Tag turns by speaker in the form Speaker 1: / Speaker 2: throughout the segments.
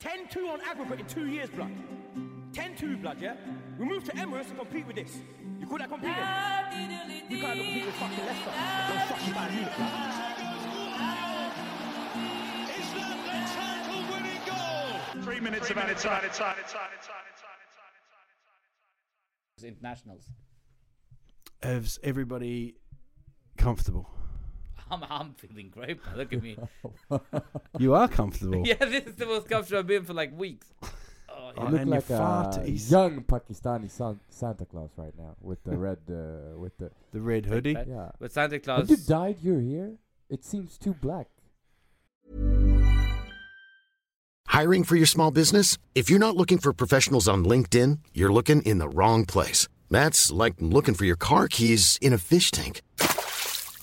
Speaker 1: 10 2 on aggregate in two years, blood. 10 2 blood, yeah? We moved to Emirates to compete with this. You call that competing? You can't compete with fucking Leicester. Don't fucking Bayern Munich, blood.
Speaker 2: Three minutes of added time. time, time, time,
Speaker 3: internationals.
Speaker 4: Is everybody comfortable?
Speaker 3: I'm, I'm feeling great. Man. Look at me.
Speaker 4: You are comfortable.
Speaker 3: yeah, this is the most comfortable I've been for like weeks. Oh,
Speaker 4: Oh,
Speaker 3: yeah.
Speaker 5: I look
Speaker 4: and you
Speaker 5: like
Speaker 4: fart,
Speaker 5: a
Speaker 4: he's-
Speaker 5: young Pakistani son, Santa Claus right now with the red, uh, with the
Speaker 4: The red hoodie.
Speaker 3: Right?
Speaker 5: yeah.
Speaker 3: But Santa Claus.
Speaker 5: When you dyed your hair, it seems too black.
Speaker 6: Hiring for your small business? If you're not looking for professionals on LinkedIn, you're looking in the wrong place. That's like looking for your car keys in a fish tank.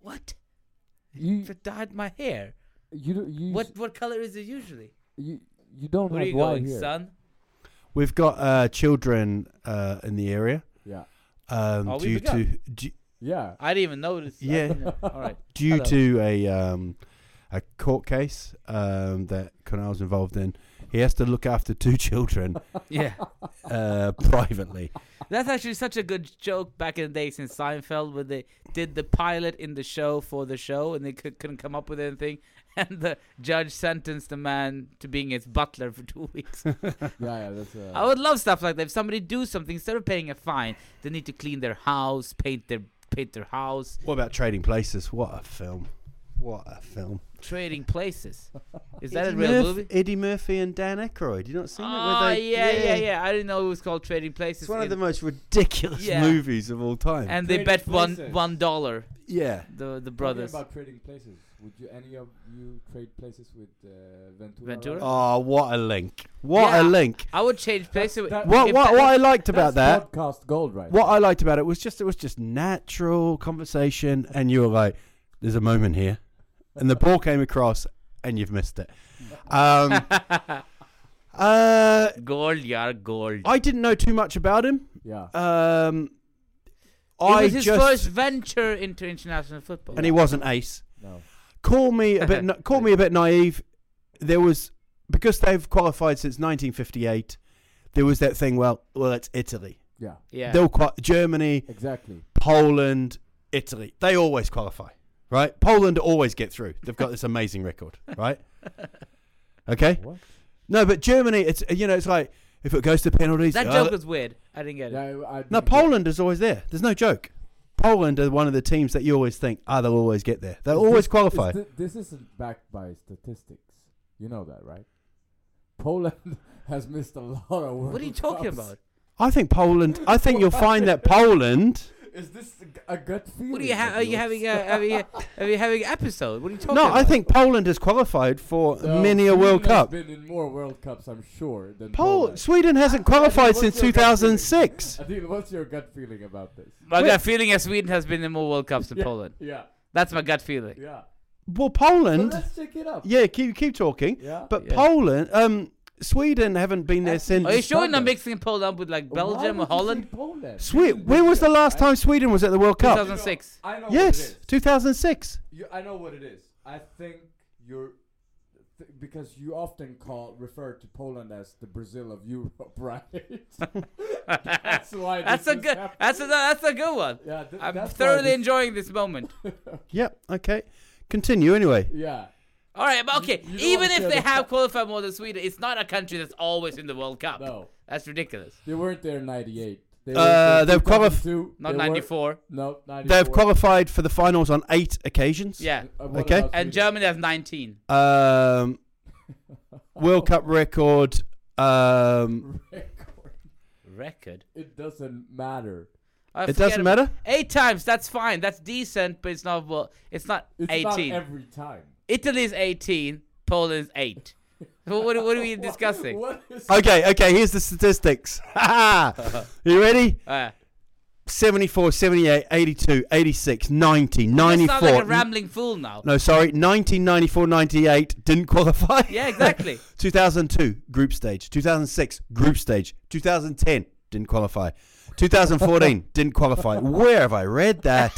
Speaker 3: what?
Speaker 5: You,
Speaker 3: If I dyed my hair.
Speaker 5: you, don't- you,
Speaker 3: What what color is it usually?
Speaker 5: you, you don't
Speaker 3: Where are
Speaker 5: have
Speaker 3: you
Speaker 5: white
Speaker 3: going,
Speaker 5: hair.
Speaker 3: son?
Speaker 4: We've got uh, children uh, in the area.
Speaker 5: Yeah,
Speaker 4: Um,
Speaker 3: Oh, we
Speaker 4: due
Speaker 3: begun.
Speaker 4: to due,
Speaker 5: yeah.
Speaker 3: I didn't even notice. I
Speaker 4: Yeah.
Speaker 3: didn't know. All right.
Speaker 4: due
Speaker 3: Hello.
Speaker 4: to a um, a court case um, that Cornell's involved in, he has to look after two children
Speaker 3: Yeah.
Speaker 4: uh, privately.
Speaker 3: That's actually such a good joke back in the day since Seinfeld, where they did the pilot in the show for the show, and they could, couldn't come up with anything, and the judge sentenced the man to being his butler for two weeks.
Speaker 5: Yeah, yeah, that's uh,
Speaker 3: I would love stuff like that. If somebody do something instead of paying a fine, they need to clean their house, paint their paint their house,
Speaker 4: What about Trading Places? What a film! What a film!
Speaker 3: trading places. Is that a
Speaker 4: Eddie
Speaker 3: real
Speaker 4: Murph-
Speaker 3: movie?
Speaker 4: Eddie Murphy and Dan Aykroyd. You not seen it?
Speaker 3: Oh
Speaker 4: Where they-
Speaker 3: yeah, yeah, yeah. I didn't know it was called Trading Places.
Speaker 4: uh, It's one of
Speaker 3: in-
Speaker 4: the most ridiculous
Speaker 3: Yeah.
Speaker 4: movies of all time.
Speaker 3: and they
Speaker 5: Trading
Speaker 3: bet one
Speaker 5: Places.
Speaker 3: one dollar.
Speaker 4: yeah,
Speaker 3: The the
Speaker 5: Talking
Speaker 3: brothers.
Speaker 5: about trading places. Would you any of you trade places with uh, Ventura?
Speaker 3: Ventura?
Speaker 5: right?
Speaker 4: oh, what a link! What a
Speaker 3: Yeah,
Speaker 4: link!
Speaker 3: I would change places.
Speaker 5: that-
Speaker 4: What
Speaker 3: if
Speaker 4: what
Speaker 3: that-
Speaker 4: what I liked about that
Speaker 5: That's podcast gold, right?
Speaker 4: what I liked about it was just it was just natural conversation, and you were like, "There's a moment here," and the ball came across, and you've missed it. Um, uh,
Speaker 3: Gold, yeah, gold.
Speaker 4: I didn't know too much about him.
Speaker 5: Yeah.
Speaker 4: Um,
Speaker 3: it
Speaker 4: I
Speaker 3: was his
Speaker 4: just
Speaker 3: first venture into international football.
Speaker 4: and he wasn't ace.
Speaker 5: No.
Speaker 4: Call me a bit. na- call me a bit naive. There was because they've qualified since 1958. There was that thing. Well, well, it's Italy.
Speaker 5: Yeah.
Speaker 3: Yeah.
Speaker 4: They'll qual Germany,
Speaker 5: Exactly.
Speaker 4: Poland, Italy. They always qualify, right? Poland always get through. They've got this amazing record, right? Okay.
Speaker 5: What?
Speaker 4: No, but Germany, it's you know, it's like if it goes to penalties.
Speaker 3: That
Speaker 4: uh,
Speaker 3: joke was weird. I didn't get it.
Speaker 5: Yeah, I, I
Speaker 4: no,
Speaker 5: didn't get-
Speaker 4: Poland is always there. There's no joke. Poland are one of the teams that you always think, ah, they'll always get there. They'll
Speaker 5: Is
Speaker 4: always
Speaker 5: this-
Speaker 4: qualify.
Speaker 5: is thi- this isn't backed by statistics. You know that, right? Poland has missed a lot of work.
Speaker 3: What are you talking about?
Speaker 4: I think Poland. I think you'll find that Poland.
Speaker 5: Is this a g- a gut feeling?
Speaker 3: What are you? Ha-
Speaker 5: of
Speaker 3: are you
Speaker 5: yours?
Speaker 3: having a? Are you, are you having an episode? What are you talking
Speaker 4: No,
Speaker 3: about?
Speaker 4: I think Poland has qualified for
Speaker 5: No,
Speaker 4: many a World
Speaker 5: Sweden has
Speaker 4: Cup.
Speaker 5: Been in more World Cups, I'm sure, than
Speaker 4: Pol-
Speaker 5: Poland.
Speaker 4: Sweden hasn't qualified
Speaker 5: What's
Speaker 4: since
Speaker 5: your gut feeling?
Speaker 4: 2006.
Speaker 5: Adil, what's your gut feeling about this?
Speaker 3: My gut feeling is Sweden has been in more World Cups than
Speaker 5: Yeah,
Speaker 3: Poland.
Speaker 5: Yeah,
Speaker 3: That's my gut feeling.
Speaker 5: yeah.
Speaker 4: Well,
Speaker 5: So
Speaker 4: Poland.
Speaker 5: let's check it up.
Speaker 4: Yeah, keep keep talking.
Speaker 5: Yeah.
Speaker 4: But
Speaker 3: Yeah.
Speaker 4: Poland, um, Sweden haven't been there
Speaker 5: Actually,
Speaker 4: since.
Speaker 3: Are you sure you're
Speaker 5: Standard.
Speaker 3: not mixing Poland up with like
Speaker 5: Why
Speaker 3: Belgium
Speaker 5: would you
Speaker 3: or
Speaker 5: say
Speaker 3: Holland?
Speaker 5: Poland.
Speaker 4: Sweden. When was the last time Sweden was at the World Cup?
Speaker 3: 2000 2006.
Speaker 5: I know what it
Speaker 4: Yes,
Speaker 5: is.
Speaker 4: 2006.
Speaker 5: You, I know what it is. I think you're th- because you often call refer to Poland as the Brazil of Europe, right? that's why.
Speaker 3: That's
Speaker 5: this
Speaker 3: a
Speaker 5: is
Speaker 3: good.
Speaker 5: happening.
Speaker 3: That's a that's a good one.
Speaker 5: Yeah, th-
Speaker 3: I'm
Speaker 5: that's why
Speaker 3: thoroughly
Speaker 5: this-
Speaker 3: enjoying this moment.
Speaker 4: Yep. Okay. Continue anyway.
Speaker 5: yeah.
Speaker 3: All right, but okay.
Speaker 5: you don't
Speaker 3: Even
Speaker 5: wanna
Speaker 3: if
Speaker 5: share
Speaker 3: they
Speaker 5: the
Speaker 3: have
Speaker 5: fa-
Speaker 3: qualified more than Sweden, it's not a country that's always in the World Cup.
Speaker 5: No.
Speaker 3: that's ridiculous.
Speaker 5: They weren't there in '98. They were
Speaker 4: Uh,
Speaker 5: there
Speaker 4: they've qualif-
Speaker 5: 2002,
Speaker 3: Not
Speaker 5: they were-
Speaker 3: 94.
Speaker 5: No, 94.
Speaker 4: They've qualified for the finals on eight occasions.
Speaker 3: Yeah,
Speaker 5: Uh, what
Speaker 4: Okay.
Speaker 5: about
Speaker 3: and
Speaker 5: Sweden?
Speaker 3: Germany has 19.
Speaker 4: Um, World Cup record. Um,
Speaker 5: Record.
Speaker 3: Record.
Speaker 5: It doesn't matter.
Speaker 3: I
Speaker 4: It
Speaker 3: forget
Speaker 4: doesn't
Speaker 3: about-
Speaker 4: matter?
Speaker 3: Eight times. That's fine. That's decent, but it's not. Well, it's not
Speaker 5: It's
Speaker 3: 18.
Speaker 5: not every time.
Speaker 3: Italy's 18. Poland's eight. So what, what are we discussing?
Speaker 5: What is
Speaker 4: okay. Okay. Here's the statistics. you ready?
Speaker 3: Uh,
Speaker 4: 74, 78, 82, 86, 90,
Speaker 3: you sound like a
Speaker 4: 94.
Speaker 3: rambling fool now.
Speaker 4: No, sorry, 1994, 98 didn't qualify.
Speaker 3: Yeah, exactly.
Speaker 4: 2002 group stage, 2006 group stage, 2010 didn't qualify, 2014 didn't qualify. Where have I read that?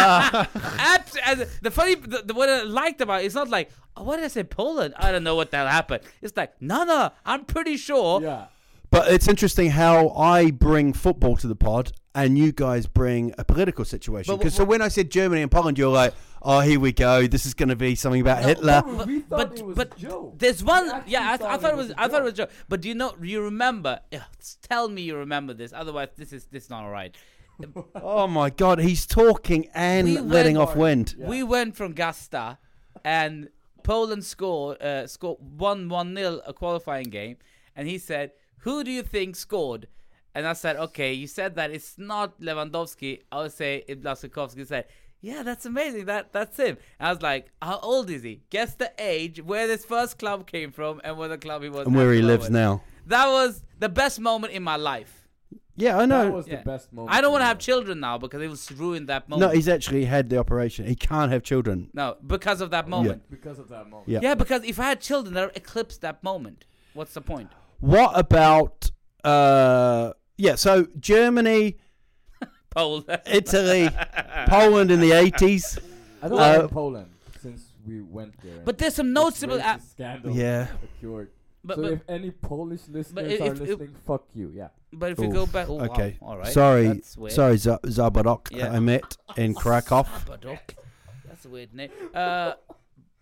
Speaker 3: Abs- and the funny, the, the, what I liked about it, it's not like, oh, what did I say, Poland? I don't know what that happened. It's like, no, no, I'm pretty sure.
Speaker 5: yeah.
Speaker 4: But it's interesting how I bring football to the pod and you guys bring a political situation.
Speaker 3: But wh-
Speaker 4: Because so when I said Germany and Poland, you're like, oh, here we go. This is going to be something about Hitler.
Speaker 5: But, we thought
Speaker 3: But
Speaker 5: it was
Speaker 3: but
Speaker 5: a joke.
Speaker 3: there's
Speaker 5: We
Speaker 3: one
Speaker 5: actually
Speaker 3: yeah I, th- I thought it was, I thought it was
Speaker 5: joke.
Speaker 3: a joke but do you know do you remember Ugh, s- tell me you remember this otherwise this is this is not all right
Speaker 4: Oh my God, he's talking and
Speaker 3: We
Speaker 4: letting
Speaker 3: went-
Speaker 4: off wind.
Speaker 3: we went from Gasta and Poland scored uh, scored one one nil a qualifying game and he said who do you think scored and I said okay you said that it's not Lewandowski I would say it Blaszczykowski said yeah that's amazing that that's him and I was like how old is he guess the age where this first club came from and where the club he was
Speaker 4: And
Speaker 3: at
Speaker 4: where he
Speaker 3: the
Speaker 4: lives
Speaker 3: moment.
Speaker 4: now.
Speaker 3: That was the best moment in my life.
Speaker 4: Yeah, I
Speaker 5: That
Speaker 4: know.
Speaker 5: was
Speaker 3: Yeah.
Speaker 5: the best moment.
Speaker 3: I don't want to
Speaker 5: in
Speaker 3: have
Speaker 5: life.
Speaker 3: children now because it was ruined that
Speaker 4: No,
Speaker 3: moment.
Speaker 4: he's actually had the operation. He can't have children.
Speaker 3: no, because of that moment.
Speaker 5: because of that moment.
Speaker 4: Yeah.
Speaker 3: Yeah, because if I had children, that eclipse that moment. What's the point?
Speaker 4: What about uh yeah, so Germany,
Speaker 3: Poll.
Speaker 4: Italy, Poland in the 80s.
Speaker 5: I don't
Speaker 4: Uh,
Speaker 5: like Poland since we went there. and
Speaker 3: But there's some
Speaker 5: this
Speaker 3: noticeable.
Speaker 5: racist
Speaker 3: a-
Speaker 5: scandal
Speaker 4: Yeah.
Speaker 5: occurred.
Speaker 3: But-
Speaker 5: so
Speaker 3: Uh, but-
Speaker 5: if any Polish listeners
Speaker 3: if-
Speaker 5: are
Speaker 3: if-
Speaker 5: listening, fuck you. Yeah.
Speaker 3: but if we go back, oh,
Speaker 4: okay.
Speaker 3: Wow, all right.
Speaker 4: Sorry.
Speaker 3: That's weird.
Speaker 4: Sorry Z- Zabarok
Speaker 3: Yeah.
Speaker 4: that I met in Krakow.
Speaker 3: Badok. That's a weird name. Uh,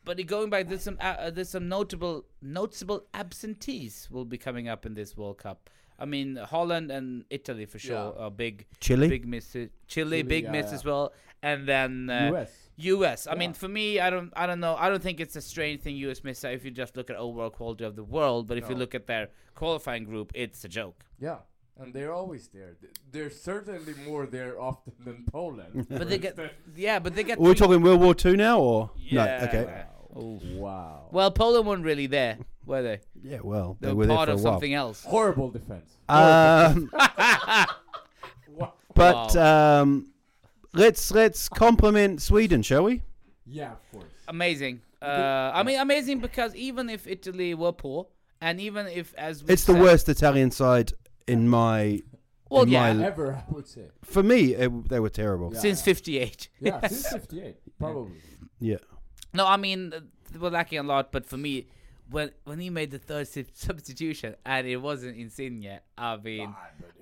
Speaker 3: but going back, there's some uh, uh, there's some notable noticeable absentees will be coming up in this World Cup. I mean, Holland and Italy for sure
Speaker 5: Yeah.
Speaker 3: are big.
Speaker 4: Chile?
Speaker 3: big misses. Chile,
Speaker 5: Chile,
Speaker 3: big
Speaker 5: yeah,
Speaker 3: miss
Speaker 5: yeah.
Speaker 3: as well. And then uh,
Speaker 5: US.
Speaker 3: U.S. I mean,
Speaker 5: Yeah.
Speaker 3: for me, I don't, I don't know. I don't think it's a strange thing U.S. miss out if you just look at overall quality of the world. But if you
Speaker 5: No.
Speaker 3: look at their qualifying group, it's a joke.
Speaker 5: Yeah. And they're always there. Th- They're certainly more there often than Poland.
Speaker 3: But they get, yeah, but they get.
Speaker 4: Are we
Speaker 3: three-
Speaker 4: talking World War Two now or
Speaker 3: Yeah.
Speaker 4: no? Okay.
Speaker 3: Oh.
Speaker 5: wow.
Speaker 3: Well, Poland weren't really there, were they?
Speaker 4: Yeah, well,
Speaker 3: They
Speaker 4: they
Speaker 3: were
Speaker 4: were there
Speaker 3: part
Speaker 4: for a
Speaker 3: of
Speaker 4: while.
Speaker 3: something else.
Speaker 5: Horrible defense.
Speaker 4: Um, but um, let's let's compliment Sweden, shall we?
Speaker 5: Yeah, of course.
Speaker 3: Amazing. Uh, I mean, amazing because even if Italy were poor, and even if as we
Speaker 4: It's the
Speaker 3: said-
Speaker 4: worst Italian side in my.
Speaker 3: Well,
Speaker 4: in
Speaker 3: yeah.
Speaker 4: my-
Speaker 5: Ever, I would say.
Speaker 4: for me, it, they were terrible. Yeah.
Speaker 3: since '58.
Speaker 5: Yeah, since 58, probably.
Speaker 3: No, I mean uh, we're lacking a lot, but for me, when when he made the third sub- substitution and it wasn't Insigne, I mean,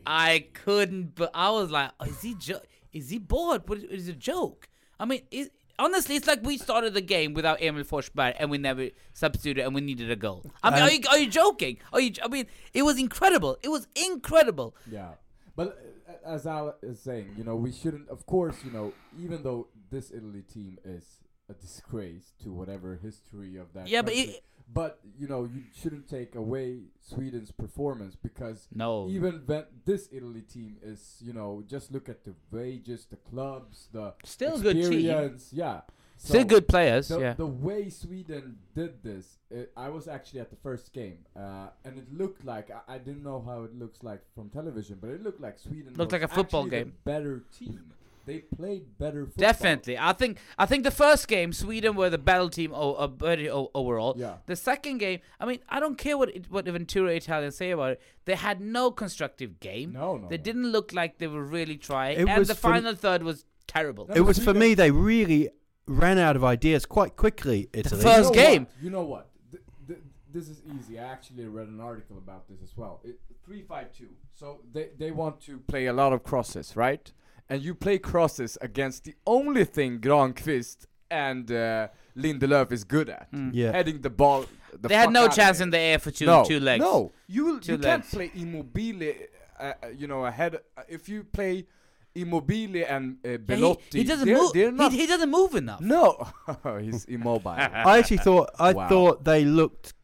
Speaker 3: I couldn't. But I was like, oh, is he jo- is he bored? But it- it's a joke. I mean, is, honestly, it's like we started the game without Emil Forsberg and we never substituted and we needed a goal. I mean, are you are you joking? Are you? I mean, it was incredible. It was incredible.
Speaker 5: Yeah, but uh, as Al is saying, you know, we shouldn't. Of course, you know, even though this Italy team is a disgrace to whatever history of that.
Speaker 3: Yeah, but
Speaker 5: country,
Speaker 3: it-
Speaker 5: but you know, you shouldn't take away Sweden's performance because
Speaker 3: No.
Speaker 5: even when this Italy team is, you know, just look at the wages, the clubs, the
Speaker 3: Still good team.
Speaker 5: experience, Yeah.
Speaker 3: Still
Speaker 5: So
Speaker 3: good players,
Speaker 5: The,
Speaker 3: yeah.
Speaker 5: the way Sweden did this, it, I was actually at the first game, uh, and it looked like I, I didn't know how it looks like from television, but it looked like Sweden
Speaker 3: Looked
Speaker 5: was
Speaker 3: like a football
Speaker 5: actually the
Speaker 3: game.
Speaker 5: better team. They played better. Football.
Speaker 3: Definitely, I think I think the first game Sweden were the battle team o- o- very o- overall.
Speaker 5: Yeah.
Speaker 3: The second game, I mean, I don't care what it, what the Ventura Italians say about it. They had no constructive game.
Speaker 5: No, no,
Speaker 3: They
Speaker 5: no.
Speaker 3: didn't look like they were really trying.
Speaker 4: It
Speaker 3: and
Speaker 4: was
Speaker 3: the
Speaker 4: from-
Speaker 3: final third was terrible.
Speaker 4: It was for me. They really ran out of ideas quite quickly. Italy.
Speaker 5: You know
Speaker 3: first-
Speaker 5: what?
Speaker 3: game.
Speaker 5: You know what? Th- th- this is easy. I actually read an article about this as well. It, three five two. So they they want to play a lot of crosses, right? And you play crosses against the only thing Granqvist and uh, Lindelöf is good at,
Speaker 4: Yeah.
Speaker 5: heading the ball. The
Speaker 3: Hmm. they had
Speaker 5: fuck
Speaker 3: no
Speaker 5: out of
Speaker 3: chance
Speaker 5: there.
Speaker 3: in the air for two
Speaker 5: no,
Speaker 3: two legs.
Speaker 5: No, you will,
Speaker 3: Two
Speaker 5: you can't
Speaker 3: legs.
Speaker 5: play Immobile. uh, Uh, you know, ahead uh, if you play Immobile and uh,
Speaker 3: Yeah, he-
Speaker 5: Belotti,
Speaker 3: he, doesn't
Speaker 5: they're,
Speaker 3: move.
Speaker 5: They're
Speaker 3: he-
Speaker 5: not,
Speaker 3: he, doesn't move enough.
Speaker 5: no, he's immobile.
Speaker 4: I actually thought I
Speaker 5: Wow.
Speaker 4: thought they looked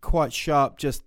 Speaker 4: quite sharp. Just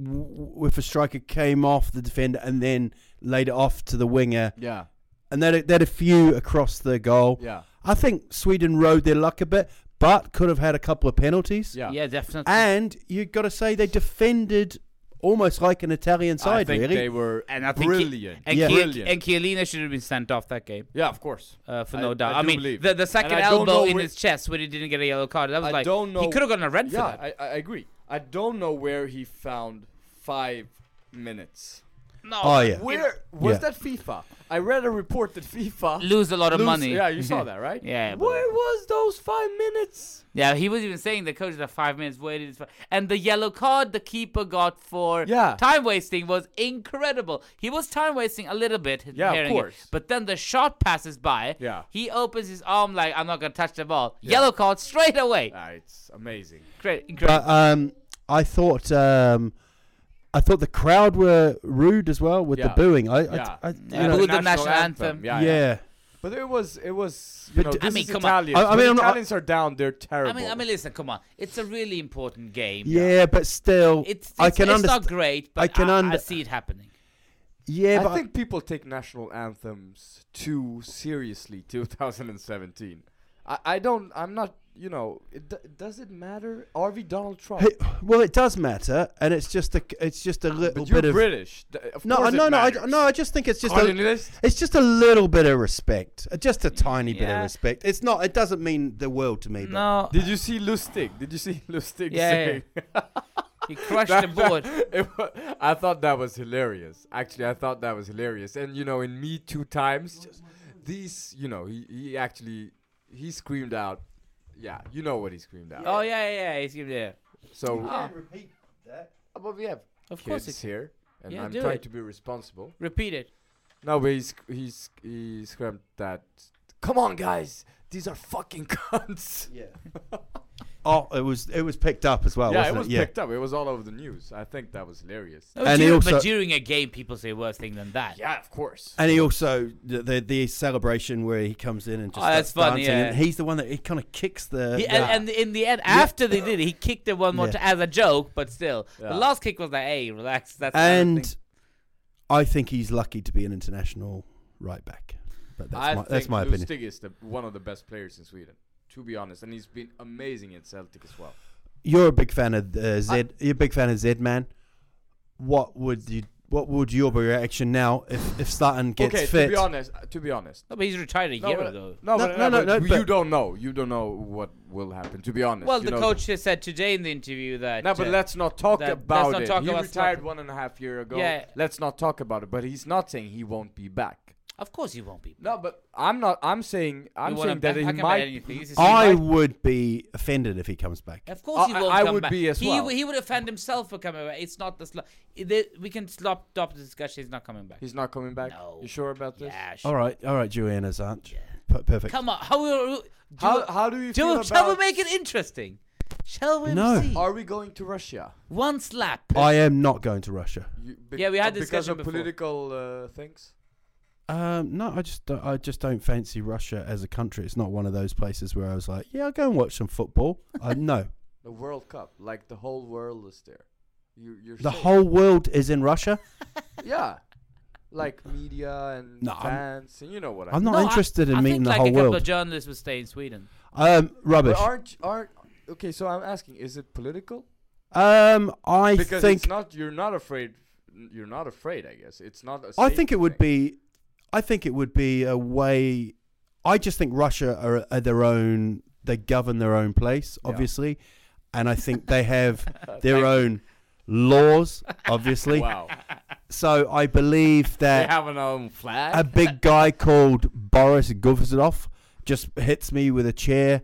Speaker 4: w- w- if a striker came off the defender and then laid it off to the winger,
Speaker 5: Yeah.
Speaker 4: and they had, they had a few across the goal.
Speaker 5: Yeah.
Speaker 4: I think Sweden rode their luck a bit, but could have had a couple of penalties.
Speaker 5: Yeah.
Speaker 3: Yeah, definitely.
Speaker 4: and you got to say they defended almost like an Italian
Speaker 5: I
Speaker 4: side.
Speaker 5: think
Speaker 4: really,
Speaker 5: they were
Speaker 3: and I think Ki-
Speaker 5: brilliant.
Speaker 3: and,
Speaker 4: Yeah.
Speaker 3: Ki-
Speaker 5: Brilliant.
Speaker 3: and Chiellini should have been sent off that game.
Speaker 5: yeah, of course.
Speaker 3: Uh, for no
Speaker 5: I-
Speaker 3: doubt.
Speaker 5: I
Speaker 3: I,
Speaker 5: do
Speaker 3: mean,
Speaker 5: believe.
Speaker 3: the the second
Speaker 5: And I don't
Speaker 3: elbow
Speaker 5: know
Speaker 3: in
Speaker 5: where-
Speaker 3: his chest when he didn't get a yellow card. That was
Speaker 5: I
Speaker 3: like
Speaker 5: don't know.
Speaker 3: he could have gotten a red
Speaker 5: yeah,
Speaker 3: for that.
Speaker 5: I, I agree. I don't know where he found five minutes.
Speaker 3: no,
Speaker 4: Oh, yeah.
Speaker 5: Where was
Speaker 4: Yeah.
Speaker 5: that FIFA? I read a report that FIFA
Speaker 3: lose a lot of money.
Speaker 5: Yeah, you saw that, right?
Speaker 3: Yeah, but-
Speaker 5: Where was those five minutes?
Speaker 3: Yeah, he was even saying the coaches are five minutes waited. And the yellow card the keeper got for
Speaker 5: Yeah.
Speaker 3: time wasting was incredible. He was time wasting a little bit.
Speaker 5: Yeah, of
Speaker 3: hearing it,
Speaker 5: course.
Speaker 3: but then the shot passes by.
Speaker 5: Yeah.
Speaker 3: He opens his arm like, I'm not going to touch the ball. Yellow card straight away.
Speaker 5: Ah, it's amazing.
Speaker 3: Great. Incredible.
Speaker 5: uh,
Speaker 4: but um, I thought um, I thought the crowd were rude as well with
Speaker 5: Yeah.
Speaker 4: the booing. I,
Speaker 5: Yeah.
Speaker 4: I, I, you
Speaker 3: Yeah,
Speaker 4: know,
Speaker 3: booed the national anthem.
Speaker 5: Yeah,
Speaker 4: yeah.
Speaker 5: yeah. But it was it was you
Speaker 4: But
Speaker 5: know,
Speaker 4: d- I
Speaker 5: this
Speaker 3: mean,
Speaker 5: is
Speaker 3: come on.
Speaker 5: Italians.
Speaker 4: I- I
Speaker 5: When
Speaker 4: mean, I'm not-
Speaker 5: Italians are down, they're terrible.
Speaker 3: I mean, I mean, listen, come on. It's a really important game.
Speaker 4: Yeah, but still,
Speaker 3: It's, it's,
Speaker 4: I can
Speaker 3: it's
Speaker 4: understand.
Speaker 3: not great, but I,
Speaker 4: I can
Speaker 3: I,
Speaker 4: under-
Speaker 3: see it happening.
Speaker 4: Yeah, but
Speaker 5: I think people take national anthems too seriously. 2017. I, I don't. I'm not. You know. It, do- does it matter? Are we Donald Trump?
Speaker 4: Hey, well, it does matter, and it's just a it's just a little
Speaker 5: Ah, but you're
Speaker 4: bit of
Speaker 5: British. D- Of
Speaker 4: no,
Speaker 5: course
Speaker 4: no,
Speaker 5: it
Speaker 4: no, I,
Speaker 5: matters.
Speaker 4: no. I just think it's just a,
Speaker 5: Colonialist?
Speaker 4: it's just a little bit of respect, Uh, just a tiny bit
Speaker 3: Yeah.
Speaker 4: of respect. It's not. It doesn't mean the world to me. But
Speaker 3: No.
Speaker 5: Did you see Lustig? Did you see Lustig
Speaker 3: Yeah,
Speaker 5: saying?
Speaker 3: He crushed the
Speaker 5: That- that-
Speaker 3: board.
Speaker 5: it wa- I thought that was hilarious. Actually, I thought that was hilarious. And you know, in Me Two times, just these, you know, he, he actually he screamed out. Yeah, you know what he screamed out.
Speaker 3: Oh, yeah, yeah, yeah. He's yeah.
Speaker 5: So Uh,
Speaker 4: repeat that.
Speaker 5: But we have
Speaker 3: Of course
Speaker 5: kids
Speaker 3: it-
Speaker 5: here, and
Speaker 3: Yeah,
Speaker 5: I'm
Speaker 3: do
Speaker 5: trying
Speaker 3: it.
Speaker 5: to be responsible.
Speaker 3: Repeat it.
Speaker 5: No, but he's he's he screamed that. Come on, guys, these are fucking cunts. Yeah,
Speaker 4: Oh, it was it was picked up as well. wasn't
Speaker 5: it was
Speaker 4: yeah.
Speaker 5: picked up. It was all over the news. I think that was hilarious.
Speaker 3: No,
Speaker 4: And he
Speaker 3: dur- Oh, but
Speaker 4: also-
Speaker 3: during a game, people say worse thing than that.
Speaker 5: Yeah, of course.
Speaker 4: And he also the, the the celebration where he comes in and just
Speaker 3: Oh, that's
Speaker 4: starts
Speaker 3: funny,
Speaker 4: dancing.
Speaker 3: yeah.
Speaker 4: And he's the one that he kind of kicks the.
Speaker 3: He,
Speaker 4: the-
Speaker 3: and, and in the end, after they did it, he kicked it one more
Speaker 4: Yeah.
Speaker 3: time as a joke, but still,
Speaker 5: Yeah.
Speaker 3: the last kick was like, "Hey, relax." That's another
Speaker 4: and
Speaker 3: thing.
Speaker 4: I think he's lucky to be an international right back. But that's my
Speaker 5: I think
Speaker 4: that's my opinion.
Speaker 5: Lustig is the, one of the best players in Sweden, to be honest, and he's been amazing at Celtic as well.
Speaker 4: You're a big fan of uh, Zed. you're a big fan of Zed man. What would you? What would your reaction now if if Sutton gets
Speaker 5: okay,
Speaker 4: fit?
Speaker 5: to be honest, uh, to be honest.
Speaker 3: no, but he's retired a year
Speaker 5: but,
Speaker 3: ago.
Speaker 5: no,
Speaker 4: No,
Speaker 5: but,
Speaker 4: no, no,
Speaker 5: but
Speaker 4: no,
Speaker 5: you
Speaker 4: but-
Speaker 5: don't know. You don't know what will happen. To be honest,
Speaker 3: Well,
Speaker 5: you
Speaker 3: the
Speaker 5: know-
Speaker 3: coach has said today in the interview that.
Speaker 5: No, but
Speaker 3: uh,
Speaker 5: let's not talk
Speaker 3: that- let's
Speaker 5: about
Speaker 3: not
Speaker 5: it.
Speaker 3: talk
Speaker 5: he
Speaker 3: about
Speaker 5: retired
Speaker 3: Zlatan.
Speaker 5: one and a half year ago.
Speaker 3: Yeah.
Speaker 5: Let's not talk about it. But he's not saying he won't be back.
Speaker 3: Of course you won't be.
Speaker 5: No, but I'm not. I'm saying I'm
Speaker 3: You wanna
Speaker 5: saying that Oh,
Speaker 3: bet-
Speaker 5: he
Speaker 3: I can bet
Speaker 5: might.
Speaker 3: anything. This is-
Speaker 4: I would be offended if he comes back.
Speaker 3: Of course, he
Speaker 5: I-
Speaker 3: will.
Speaker 5: I
Speaker 3: come
Speaker 5: would
Speaker 3: back.
Speaker 5: be as
Speaker 3: he,
Speaker 5: well.
Speaker 3: He would offend himself for coming back. It's not the slo- the- we can slop stop the discussion. He's not coming back.
Speaker 5: He's not coming back.
Speaker 3: No.
Speaker 5: You sure about this?
Speaker 3: Yeah, sure.
Speaker 4: All right, all right, Joanna's aunt. P- perfect.
Speaker 3: Come on. How will do,
Speaker 5: How- how do you feel
Speaker 3: Shall we
Speaker 5: about-
Speaker 3: make it interesting? Shall we
Speaker 4: No.
Speaker 3: see?
Speaker 5: Are we going to Russia?
Speaker 3: One slap.
Speaker 4: I am not going to Russia.
Speaker 5: You, be- uh,
Speaker 3: Yeah, we had this
Speaker 5: because
Speaker 3: discussion
Speaker 5: of
Speaker 3: before.
Speaker 5: political uh, things.
Speaker 4: Um, no, I just don't, I just don't fancy Russia as a country. It's not one of those places where I was like, yeah, I'll go and watch some football. uh, no,
Speaker 5: The World Cup, like the whole world is there. You, you're
Speaker 4: the
Speaker 5: safe.
Speaker 4: whole world is in Russia.
Speaker 5: yeah, like media and
Speaker 4: No, I'm-
Speaker 5: fans, and you know what I
Speaker 4: I'm
Speaker 5: mean.
Speaker 4: not
Speaker 3: No, I-
Speaker 4: interested in
Speaker 3: I
Speaker 4: meeting
Speaker 3: think
Speaker 4: the
Speaker 3: like
Speaker 4: whole
Speaker 3: a couple
Speaker 4: world.
Speaker 3: of journalists would stay in Sweden.
Speaker 4: um, rubbish.
Speaker 5: But aren't aren't okay? So I'm asking, is it political?
Speaker 4: Um, I
Speaker 5: because
Speaker 4: think
Speaker 5: it's not. You're not afraid. You're not afraid. I guess it's not. A
Speaker 4: I think
Speaker 5: safety
Speaker 4: it would
Speaker 5: thing.
Speaker 4: be, I think it would be a way. I just think Russia are, are their own. They govern their own place, obviously, and I think they have their own laws, obviously.
Speaker 5: Wow,
Speaker 4: So I believe
Speaker 5: they
Speaker 4: that
Speaker 5: have an own flag.
Speaker 4: a big guy called Boris Guzanov just hits me with a chair.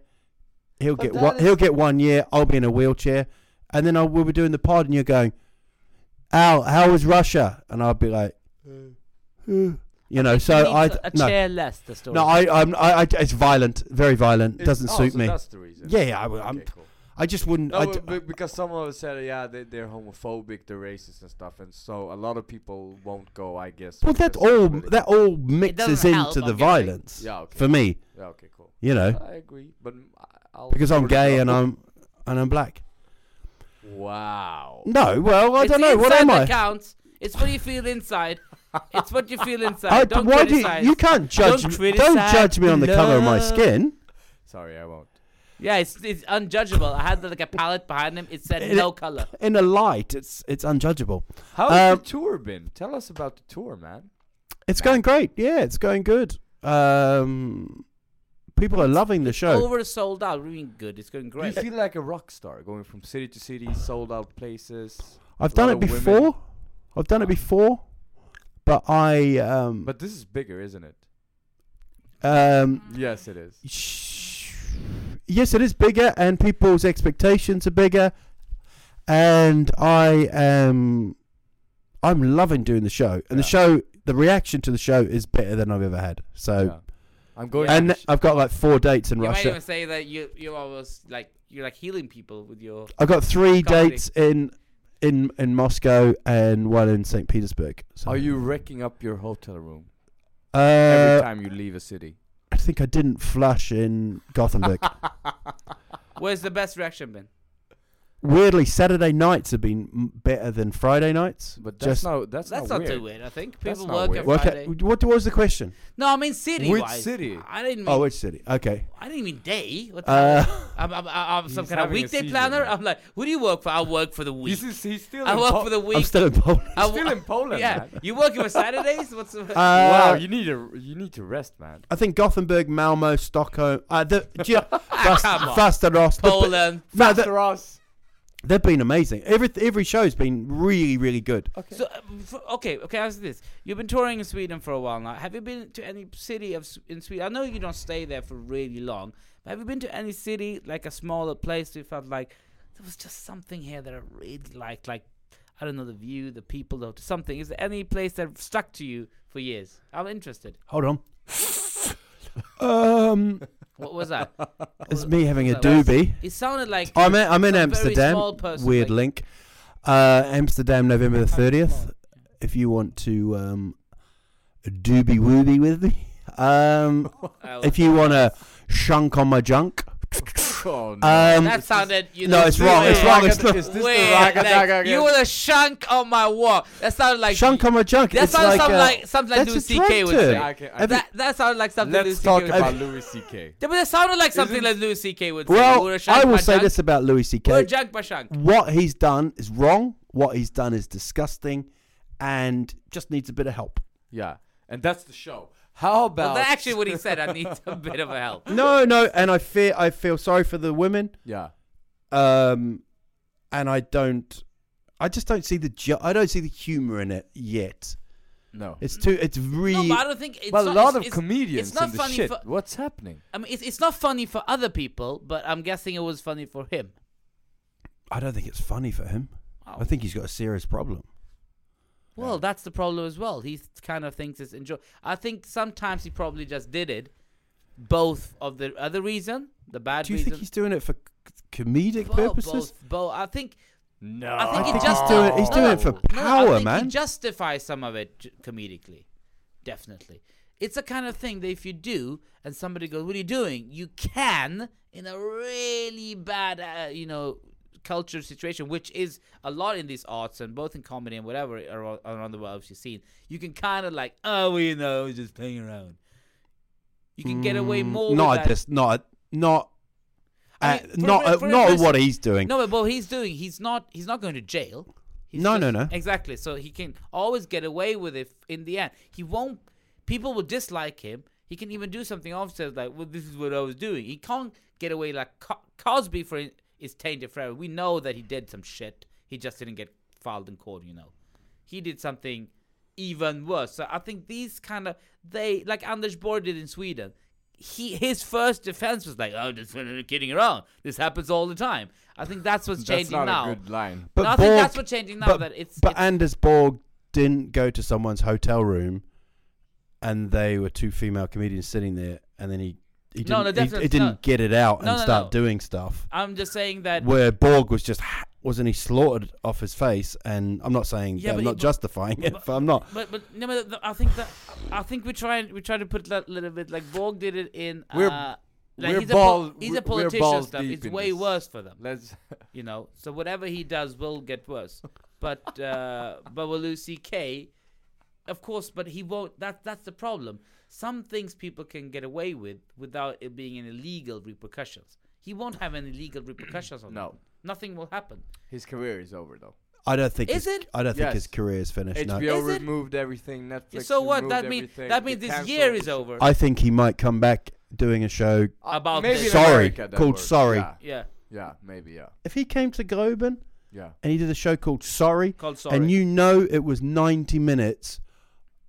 Speaker 4: He'll
Speaker 5: But
Speaker 4: get
Speaker 5: that
Speaker 4: one.
Speaker 5: is-
Speaker 4: He'll get one year. I'll be in a wheelchair, and then I will be doing the pod, and you're going, "Al, how is Russia?" And I'll be like, "Uh, "You know." So I
Speaker 3: Needs a
Speaker 4: no,
Speaker 3: chair less. The story.
Speaker 4: no, I, I'm, I, I, it's violent, very violent.
Speaker 5: It's-
Speaker 4: Doesn't
Speaker 5: oh,
Speaker 4: suit
Speaker 5: so
Speaker 4: me.
Speaker 5: That's the reason.
Speaker 4: Yeah, yeah, I would- I'm-
Speaker 5: cool.
Speaker 4: I just wouldn't.
Speaker 5: No,
Speaker 4: I d-
Speaker 5: but- but because some of us said, yeah, they, they're homophobic, they're racist and stuff, and so a lot of people won't go, I guess.
Speaker 4: well, that
Speaker 5: because of
Speaker 4: all
Speaker 5: political-
Speaker 4: that all mixes
Speaker 3: doesn't help,
Speaker 4: into the
Speaker 3: I'm guessing.
Speaker 4: violence
Speaker 5: Yeah, okay.
Speaker 4: for me.
Speaker 5: Yeah, okay, cool.
Speaker 4: You know,
Speaker 5: I agree, but m- I- I'll
Speaker 4: because I'm
Speaker 5: sort it
Speaker 4: gay and
Speaker 5: out.
Speaker 4: I'm and I'm black.
Speaker 5: Wow.
Speaker 4: No, well, I
Speaker 3: It's
Speaker 4: don't
Speaker 3: the
Speaker 4: know. What
Speaker 3: inside
Speaker 4: am
Speaker 3: that
Speaker 4: I?
Speaker 3: counts. It's what you feel inside. It's what you feel inside.
Speaker 4: I-
Speaker 3: don't
Speaker 4: why do you,
Speaker 3: criticize.
Speaker 4: you can't judge
Speaker 3: Don't
Speaker 4: me. Don't
Speaker 3: criticize
Speaker 4: judge me on the colour of my
Speaker 3: love.
Speaker 4: skin.
Speaker 5: Sorry, I won't.
Speaker 3: Yeah, it's it's unjudgeable. I had like a palette behind him. It said
Speaker 4: In
Speaker 3: no
Speaker 4: a-
Speaker 3: color.
Speaker 4: In a light, it's it's unjudgeable.
Speaker 5: How's has
Speaker 4: Um,
Speaker 5: the tour been? Tell us about the tour, man.
Speaker 4: It's going great. Yeah, it's going good. Um, people are loving the show.
Speaker 3: Oversold out. Really good. It's going
Speaker 5: You
Speaker 3: great.
Speaker 5: feel like a rock star going from city to city, sold out places.
Speaker 4: I've
Speaker 5: lot
Speaker 4: done it
Speaker 5: of women.
Speaker 4: before. I've done it before, but I um
Speaker 5: But this is bigger, isn't it?
Speaker 4: um
Speaker 3: Mm-hmm.
Speaker 5: Yes, it is.
Speaker 4: sh- yes, it is bigger, and people's expectations are bigger, and I am I'm loving doing the show, and the
Speaker 5: Yeah.
Speaker 4: show, the reaction to the show is better than I've ever had. So.
Speaker 5: Yeah. I'm going. to
Speaker 4: and uh,
Speaker 5: sh-
Speaker 4: I've got like four dates in
Speaker 3: You might even
Speaker 4: Russia.
Speaker 3: say that you you almost like you're like healing people with your.
Speaker 4: I've got three
Speaker 3: Comedy.
Speaker 4: dates in in in Moscow and one in St. Petersburg. So,
Speaker 5: Are you wrecking up your hotel room every
Speaker 4: Uh,
Speaker 5: time you leave a city?
Speaker 4: I think I didn't flush in Gothenburg.
Speaker 3: Where's the best reaction been?
Speaker 4: Weirdly, Saturday nights have been m- better than Friday nights.
Speaker 5: But that's
Speaker 4: Just-
Speaker 5: not. That's,
Speaker 3: That's not
Speaker 5: not, weird.
Speaker 3: too weird. I think
Speaker 5: That's
Speaker 3: people
Speaker 5: not
Speaker 3: work
Speaker 5: weird.
Speaker 3: on
Speaker 4: Work out-
Speaker 3: Friday.
Speaker 4: what was the question?
Speaker 3: No, I mean city.
Speaker 5: Which
Speaker 3: wise.
Speaker 5: city?
Speaker 3: I didn't mean.
Speaker 4: Oh, which city? Okay.
Speaker 3: I didn't mean day. What the
Speaker 4: Uh,
Speaker 3: hell? I'm, I'm, I'm some
Speaker 5: He's
Speaker 3: kind of
Speaker 5: having a
Speaker 3: weekday
Speaker 5: seizure
Speaker 3: planner.
Speaker 5: now.
Speaker 3: I'm like, who do you work for? I work for the week.
Speaker 5: He's, he's- he's still.
Speaker 3: I
Speaker 5: in
Speaker 3: work
Speaker 5: Pol-
Speaker 3: for the week.
Speaker 4: I'm still in Poland.
Speaker 3: I
Speaker 5: still in Poland,
Speaker 3: Yeah,
Speaker 5: man.
Speaker 3: you working with Saturdays? What's the
Speaker 5: Wow,
Speaker 4: Uh,
Speaker 5: you need a you need to rest, man.
Speaker 4: I think Gothenburg, Malmo, Stockholm. Uh, the, do you,
Speaker 3: come on.
Speaker 4: Fasteros.
Speaker 3: Poland?
Speaker 4: No,
Speaker 5: After
Speaker 4: the,
Speaker 5: us,
Speaker 4: they've been amazing. Every every show's been really, really good.
Speaker 3: So, uh, f- okay, okay. Ask this: You've been touring in Sweden for a while now. Have you been to any city of S- in Sweden? I know you don't stay there for really long, but have you been to any city like a smaller place you felt like there was just something here that I really liked? Like, I don't know, the view, the people, the something. Is there any place that stuck to you for years? I'm interested.
Speaker 4: Hold on. um,
Speaker 3: What was that?
Speaker 4: it's me having a
Speaker 3: That was-
Speaker 4: doobie.
Speaker 3: It sounded like
Speaker 4: I'm in, I'm in
Speaker 3: some very
Speaker 4: Amsterdam.
Speaker 3: small person,
Speaker 4: Weird
Speaker 3: like-
Speaker 4: link. Uh, Amsterdam, November the thirtieth. If you want to um, doobie wooby with me, um,
Speaker 3: Oh,
Speaker 4: if you want to shunk on my junk,
Speaker 5: oh, no.
Speaker 4: um,
Speaker 3: that sounded. You
Speaker 4: no,
Speaker 3: know,
Speaker 4: it's wrong. It's wrong. It's
Speaker 5: Raga-
Speaker 4: not.
Speaker 5: is this the
Speaker 3: Wait,
Speaker 5: raga daga
Speaker 3: like,
Speaker 5: again?
Speaker 3: you were a shunk on my wall. That sounded like
Speaker 4: Shunk on my junk.
Speaker 3: That
Speaker 4: it's
Speaker 3: sounds
Speaker 4: like,
Speaker 3: something
Speaker 4: uh,
Speaker 3: like something like
Speaker 4: that's a
Speaker 3: Louis C.K. would
Speaker 4: drug
Speaker 3: say.
Speaker 4: term.
Speaker 5: I can- I
Speaker 4: Every-
Speaker 3: that, that sounded like something Louis
Speaker 5: Let's
Speaker 3: C.K.
Speaker 5: talk
Speaker 3: would
Speaker 5: about
Speaker 3: say.
Speaker 5: Louis C.K.
Speaker 3: Yeah, but that sounded like something
Speaker 5: Isn't-
Speaker 3: like Louis C.K. would say. You were
Speaker 4: well,
Speaker 3: a shunk
Speaker 4: I
Speaker 3: by
Speaker 4: will say
Speaker 3: junk.
Speaker 4: this about Louis
Speaker 3: We're a
Speaker 4: C.K.
Speaker 3: junk by shunk.
Speaker 4: What he's done is wrong. What he's done is disgusting, and just needs a bit of help.
Speaker 5: Yeah, and that's the show. How about
Speaker 3: Well, that's actually what he said. I need a bit of a help.
Speaker 4: No, no, and I fear I feel sorry for the women.
Speaker 5: Yeah,
Speaker 4: um, and I don't, I just don't see the ju- I don't see the humor in it yet.
Speaker 5: No.
Speaker 4: It's too. It's
Speaker 3: No,
Speaker 4: really.
Speaker 3: but I don't think it's
Speaker 5: well,
Speaker 3: not,
Speaker 5: a lot
Speaker 3: it's-
Speaker 5: of
Speaker 3: it's-
Speaker 5: comedians
Speaker 3: It's not
Speaker 5: in the
Speaker 3: funny
Speaker 5: shit.
Speaker 3: for.
Speaker 5: What's happening?
Speaker 3: I mean, it's, it's not funny for other people, but I'm guessing it was funny for him.
Speaker 4: I don't think it's funny for him. I
Speaker 3: Oh.
Speaker 4: think he's got a serious problem.
Speaker 3: Well, that's the problem as well. He kind of thinks it's enjoy. I think sometimes he probably just did it, both of the other reason, the bad
Speaker 4: Do you
Speaker 3: reason.
Speaker 4: think he's doing it for c- comedic
Speaker 3: Well,
Speaker 4: purposes?
Speaker 3: Both, both. I think.
Speaker 5: No.
Speaker 3: I think,
Speaker 4: I
Speaker 3: he
Speaker 4: think
Speaker 3: just
Speaker 4: he's doing it- he's
Speaker 3: no,
Speaker 4: doing
Speaker 3: no,
Speaker 4: it for
Speaker 3: no, no, I
Speaker 4: power,
Speaker 3: think He
Speaker 4: man.
Speaker 3: justifies some of it j- comedically, definitely. It's a kind of thing that if you do, and somebody goes, "What are you doing?" You can, in a really bad, uh, you know, culture situation, which is a lot in these arts and both in comedy and whatever aro- around the world you've seen. You can kind of like, oh, well, you know, I was just playing around. You can get away more.
Speaker 4: Mm, Not
Speaker 3: with
Speaker 4: at
Speaker 3: that.
Speaker 4: this. Not at, not.
Speaker 3: I
Speaker 4: at-
Speaker 3: mean, for a
Speaker 4: not
Speaker 3: per-
Speaker 4: at-
Speaker 3: for a
Speaker 4: not at what
Speaker 3: person-
Speaker 4: he's doing.
Speaker 3: No, but what he's doing, he's not he's not going to jail. He's
Speaker 4: No,
Speaker 3: just-
Speaker 4: no, no.
Speaker 3: Exactly. So he can always get away with it in the end. He won't. People will dislike him. He can even do something offset like, well, this is what I was doing. He can't get away like Co- Cosby for is tainted forever. We know that he did some shit. He just didn't get filed in court. You know, he did something even worse. So I think these kind of they like Anders Borg did in Sweden. He his first defense was like, "Oh, just kidding around. This happens all the time." I think that's what's
Speaker 5: That's
Speaker 3: changing
Speaker 5: not
Speaker 3: now.
Speaker 5: a good line.
Speaker 3: No, I think that's what's changing now,
Speaker 4: But,
Speaker 3: that it's-
Speaker 4: but
Speaker 3: it's-
Speaker 4: Anders Borg didn't go to someone's hotel room, and they were two female comedians sitting there, and then he he
Speaker 3: No,
Speaker 4: didn't,
Speaker 3: no,
Speaker 4: he-
Speaker 3: definitely-
Speaker 4: he, didn't
Speaker 3: no.
Speaker 4: get it out and
Speaker 3: No, no,
Speaker 4: start
Speaker 3: no.
Speaker 4: doing stuff.
Speaker 3: I'm just saying that.
Speaker 4: Where Borg was just wasn't he slaughtered off his face? And I'm not saying that
Speaker 3: Yeah, but
Speaker 4: I'm
Speaker 3: he-
Speaker 4: not justifying it,
Speaker 3: but-
Speaker 4: but, I'm not.
Speaker 3: But but no, but th- I think that I think we try and we try to put that little bit like Borg did it in. Uh,
Speaker 5: We're-
Speaker 3: like
Speaker 5: we're
Speaker 3: he's, a
Speaker 5: ball-
Speaker 3: po- he's a
Speaker 5: we're- we're
Speaker 3: politician
Speaker 5: balls
Speaker 3: stuff.
Speaker 5: deep
Speaker 3: It's
Speaker 5: in
Speaker 3: way
Speaker 5: this.
Speaker 3: worse for them,
Speaker 5: Let's.
Speaker 3: you know. So whatever he does will get worse. But uh, but with Lucy K, of course. But he won't. That that's the problem. Some things people can get away with without it being any legal repercussions. He won't have any legal repercussions on
Speaker 5: No.
Speaker 3: that. Nothing will happen.
Speaker 5: His career is over though.
Speaker 4: I don't think.
Speaker 3: Is
Speaker 4: his,
Speaker 3: it?
Speaker 4: I don't think
Speaker 5: Yes.
Speaker 4: his career is finished. No.
Speaker 5: HBO
Speaker 3: Is it?
Speaker 5: removed everything. Netflix.
Speaker 3: so what?
Speaker 5: removed
Speaker 3: That means
Speaker 5: everything,
Speaker 3: that
Speaker 5: they
Speaker 3: means this
Speaker 5: cancelled
Speaker 3: year
Speaker 5: the
Speaker 3: is
Speaker 5: show.
Speaker 3: over.
Speaker 4: I think he might come back doing a show.
Speaker 5: Uh,
Speaker 3: About
Speaker 5: maybe
Speaker 3: this.
Speaker 5: in
Speaker 4: Sorry,
Speaker 5: America that
Speaker 4: called
Speaker 5: works.
Speaker 4: Sorry.
Speaker 5: Yeah.
Speaker 3: yeah.
Speaker 5: yeah, maybe. Yeah,
Speaker 4: If he came to Globen
Speaker 5: yeah.
Speaker 4: and he did a show called Sorry,
Speaker 3: Called Sorry.
Speaker 4: and you know it was 90 minutes,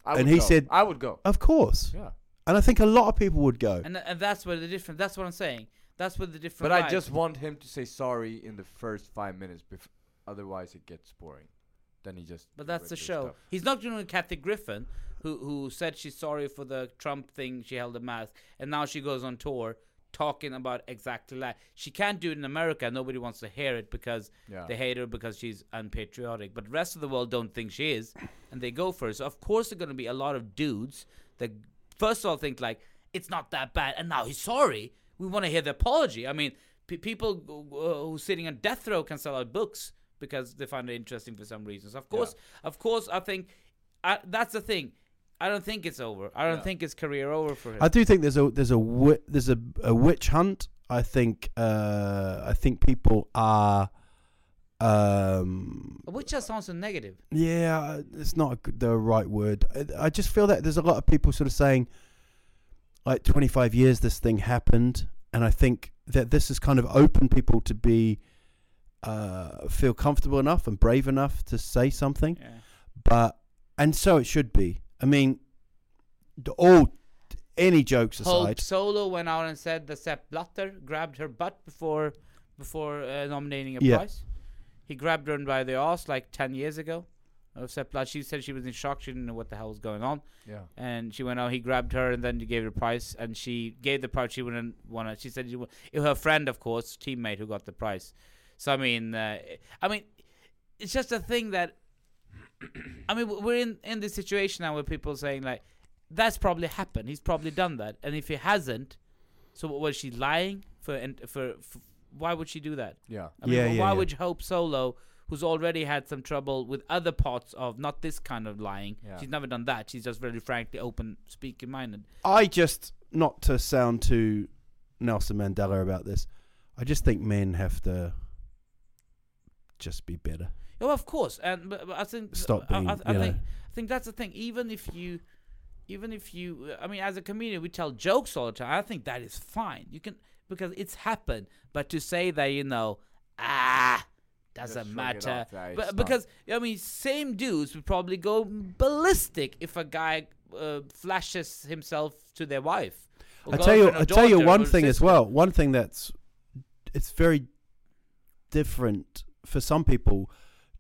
Speaker 5: I
Speaker 4: And
Speaker 5: would
Speaker 4: he
Speaker 5: go.
Speaker 4: said-
Speaker 5: "I would go."
Speaker 4: of course.
Speaker 5: Yeah,
Speaker 4: And I think a lot of people would go.
Speaker 3: And and that's where the difference. That's what I'm saying. That's where the difference.
Speaker 5: but I
Speaker 3: lies.
Speaker 5: just want him to say sorry in the first five minutes. Bef- otherwise, it gets boring. Then he just.
Speaker 3: But that's the
Speaker 5: regular
Speaker 3: show.
Speaker 5: stuff.
Speaker 3: He's not doing Kathy Griffin, who who said she's sorry for the Trump thing. She held a mask, and now she goes on tour talking about exactly that. She can't do it in America. Nobody wants to hear it because
Speaker 5: Yeah.
Speaker 3: they hate her because she's unpatriotic. But the rest of the world don't think she is, and they go for it. So of course there are going to be a lot of dudes that first of all think like it's not that bad, and now he's sorry. We want to hear the apology. I mean, pe people uh, who's sitting on death row can sell out books because they find it interesting for some reasons. Of course, of course, I think I, that's the thing. I don't think it's over. I don't think his career over for him.
Speaker 4: I do think there's a there's a wi- there's a, a witch hunt. I think uh, I think people are um,
Speaker 3: Which just sounds so negative.
Speaker 4: Yeah, it's not a good- the right word. I, I just feel that there's a lot of people sort of saying, like, 25 years this thing happened, and I think that this has kind of opened people to be uh, feel comfortable enough and brave enough to say something.
Speaker 3: Yeah.
Speaker 4: But and so it should be. I mean, the- all any jokes
Speaker 3: Hope
Speaker 4: aside,
Speaker 3: Solo went out and said that Sepp Blatter grabbed her butt before before uh, nominating a
Speaker 4: Yeah.
Speaker 3: prize. He grabbed her by the ass like 10 years ago. Uh, Sepp Blatter, she said she was in shock. She didn't know what the hell was going on.
Speaker 5: Yeah.
Speaker 3: And she went out, he grabbed her, and then he gave her a prize. And she gave the prize. She wouldn't want to. She said she wa- it was her friend, of course, teammate who got the prize. So, I mean, uh, I mean, it's just a thing that I mean, w- we're in in this situation now where people are saying like, that's probably happened. He's probably done that. And if he hasn't, so what, was she lying for? And for, for why would she do that?
Speaker 5: Yeah.
Speaker 3: I mean,
Speaker 4: Yeah,
Speaker 3: wh-
Speaker 4: yeah,
Speaker 3: why
Speaker 4: yeah.
Speaker 3: would Hope Solo, who's already had some trouble with other parts of not this kind of lying,
Speaker 5: Yeah.
Speaker 3: she's never done that. She's just really frankly open, speaking minded.
Speaker 4: I just not to sound too Nelson Mandela about this. I just think men have to just be better.
Speaker 3: Oh, of course, and but, but I think
Speaker 4: Stop
Speaker 3: I- I-
Speaker 4: being,
Speaker 3: I,
Speaker 4: you know.
Speaker 3: think I think that's the thing. Even if you, even if you, I mean, as a comedian, we tell jokes all the time. I think that is fine. You can because it's happened. But to say that you know, ah,
Speaker 5: Just
Speaker 3: doesn't
Speaker 5: shrug it
Speaker 3: matter.
Speaker 5: off, yeah, it's
Speaker 3: But
Speaker 5: not-
Speaker 3: because I mean, same dudes would probably go ballistic if a guy uh, flashes himself to their wife. or
Speaker 4: I tell you,
Speaker 3: girlfriend or
Speaker 4: I tell you
Speaker 3: daughter
Speaker 4: one
Speaker 3: or
Speaker 4: thing as
Speaker 3: sister.
Speaker 4: well. One thing that's it's very different for some people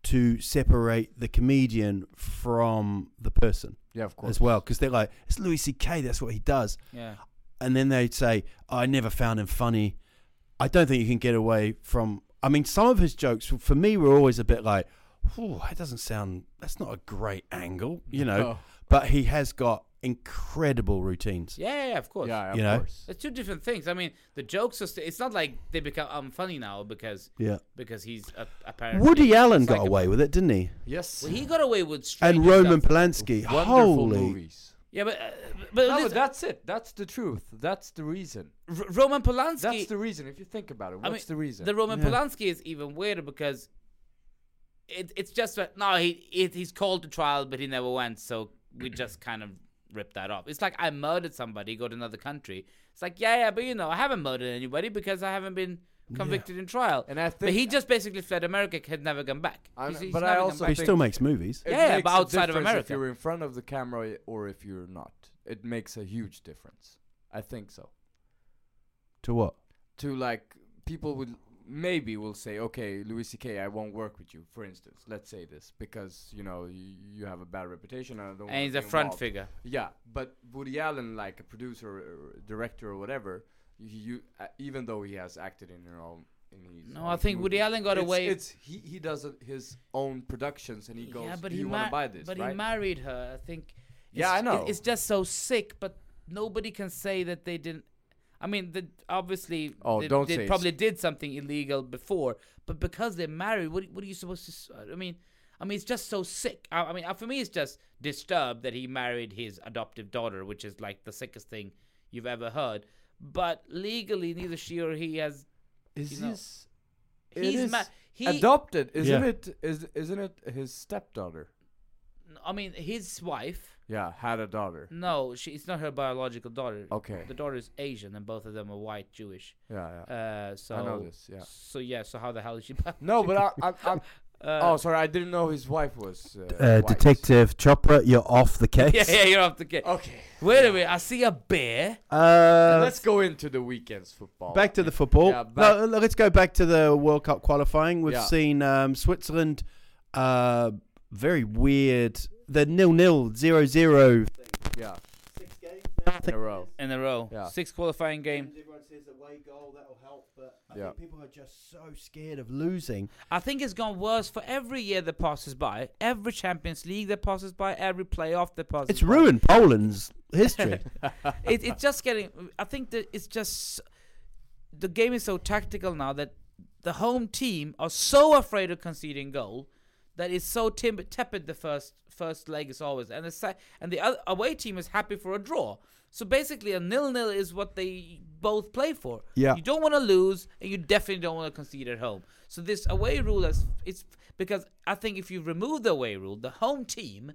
Speaker 4: to separate the comedian from the person
Speaker 5: Yeah, of course.
Speaker 4: as well, because they're like, it's Louis C.K. That's what he does,
Speaker 3: Yeah.
Speaker 4: and then they'd say, "Oh, I never found him funny. I don't think you can get away from. I mean, some of his jokes for me were always a bit like, "Ooh, that doesn't sound. That's not a great angle," you know.
Speaker 5: No.
Speaker 4: But he has got incredible routines.
Speaker 3: yeah, yeah, of course.
Speaker 5: Oh, Yeah, of
Speaker 4: You know?
Speaker 5: course.
Speaker 3: It's two different things. I mean, the jokes are. St- it's not like they become unfunny now because
Speaker 4: Yeah.
Speaker 3: because he's a, apparently
Speaker 4: Woody Allen got
Speaker 3: psychopath.
Speaker 4: away with it, didn't he?
Speaker 5: Yes.
Speaker 3: Well, he got away with
Speaker 4: And
Speaker 3: strange
Speaker 4: Roman
Speaker 3: stuff.
Speaker 4: Polanski.
Speaker 5: Wonderful
Speaker 4: Holy.
Speaker 5: movies.
Speaker 3: Yeah, but uh, but
Speaker 5: No,
Speaker 3: listen,
Speaker 5: that's it. That's the truth. That's the reason.
Speaker 3: R- Roman Polanski.
Speaker 5: That's the reason. If you think about it, what's the reason?
Speaker 3: The Roman
Speaker 4: Yeah.
Speaker 3: Polanski is even weirder because it, it's just that no, he it, he's called to trial, but he never went, so we just kind of ripped that off. It's like I murdered somebody, go to another country. It's like yeah, yeah, but you know, I haven't murdered anybody because I haven't been convicted in trial.
Speaker 5: And I
Speaker 3: but
Speaker 5: think-
Speaker 3: he just basically fled America, had never gone back.
Speaker 5: I'm-
Speaker 3: He's- he's
Speaker 5: but I
Speaker 3: never gone
Speaker 5: also
Speaker 3: back.
Speaker 4: He
Speaker 5: think-
Speaker 4: still makes movies.
Speaker 5: It
Speaker 3: Yeah, yeah,
Speaker 5: makes
Speaker 3: but
Speaker 5: a
Speaker 3: outside of
Speaker 5: difference
Speaker 3: America.
Speaker 5: If you're in front of the camera or if you're not, it makes a huge difference. I think so.
Speaker 4: To what?
Speaker 5: To like people would maybe will say, okay, Louis C.K., I won't work with you. For instance, let's say this because you know you, you have a bad reputation and I don't. wanna
Speaker 3: and he's a
Speaker 5: be
Speaker 3: front
Speaker 5: involved.
Speaker 3: figure.
Speaker 5: Yeah, but Woody Allen, like a producer or director or whatever, he, you uh, even though he has acted in your own. In his
Speaker 3: No,
Speaker 5: own
Speaker 3: I think Woody
Speaker 5: movies,
Speaker 3: Allen got
Speaker 5: it's-
Speaker 3: away-
Speaker 5: It's he. He does it- his own productions, and he goes,
Speaker 3: yeah, but
Speaker 5: "Do
Speaker 3: he
Speaker 5: you want
Speaker 3: mar-
Speaker 5: to buy this?"
Speaker 3: But he
Speaker 5: right?
Speaker 3: married her. I think.
Speaker 5: Yeah,
Speaker 3: It's-
Speaker 5: I
Speaker 3: it- It's
Speaker 5: know.
Speaker 3: just so sick, but nobody can say that they didn't. I mean, the, obviously,
Speaker 5: Oh,
Speaker 3: they,
Speaker 5: don't
Speaker 3: they
Speaker 5: say it's-
Speaker 3: probably did something illegal before, but because they're married, what what are you supposed to? s- I mean, I mean, it's just so sick. I, I mean, uh, for me, it's just disturbed that he married his adoptive daughter, which is like the sickest thing you've ever heard. But legally, neither she or he has.
Speaker 5: Is
Speaker 3: you know.
Speaker 5: this
Speaker 3: He's
Speaker 5: it is
Speaker 3: ma- he-
Speaker 5: adopted? Isn't
Speaker 4: Yeah.
Speaker 5: it? Is isn't it his stepdaughter?
Speaker 3: I mean, his wife.
Speaker 5: Yeah, had a daughter.
Speaker 3: No, she, it's not her biological daughter.
Speaker 5: Okay.
Speaker 3: The daughter is Asian, and both of them are white Jewish.
Speaker 5: Yeah, yeah.
Speaker 3: Uh, so
Speaker 5: this, yeah.
Speaker 3: So yeah, so how the hell is she?
Speaker 5: no, but I, I, I
Speaker 3: Uh,
Speaker 5: oh, sorry, I didn't know his wife was uh,
Speaker 4: Uh,
Speaker 5: white.
Speaker 4: Detective Chopra, you're off the case.
Speaker 3: yeah, yeah, you're off the game.
Speaker 5: Okay,
Speaker 3: Wait a minute, I see a bear.
Speaker 4: Uh,
Speaker 5: let's go into the weekend's football.
Speaker 4: back to the football.
Speaker 5: Yeah, back-
Speaker 4: No, let's go back to the World Cup qualifying. We've
Speaker 5: Yeah.
Speaker 4: seen um, Switzerland, uh, very weird. The nil nil zero zero.
Speaker 5: yeah, in
Speaker 4: Think-
Speaker 5: a row.
Speaker 3: In a row,
Speaker 5: Yeah.
Speaker 3: six qualifying game.
Speaker 4: Everyone says away goal that'll help, but I
Speaker 5: Yeah.
Speaker 4: think people are just so scared of losing.
Speaker 3: I think it's gone worse for every year that passes by. Every Champions League that passes by, every playoff that passes.
Speaker 4: It's
Speaker 3: by.
Speaker 4: ruined Poland's history.
Speaker 3: it, it's just getting. I think that it's just the game is so tactical now that the home team are so afraid of conceding goal that it's so tim- tepid the first first leg is always, and the se- and the other, away team is happy for a draw. So basically, a nil nil is what they both play for.
Speaker 4: Yeah.
Speaker 3: you don't want to lose, and you definitely don't want to concede at home. So this away rule is it's because I think if you remove the away rule, the home team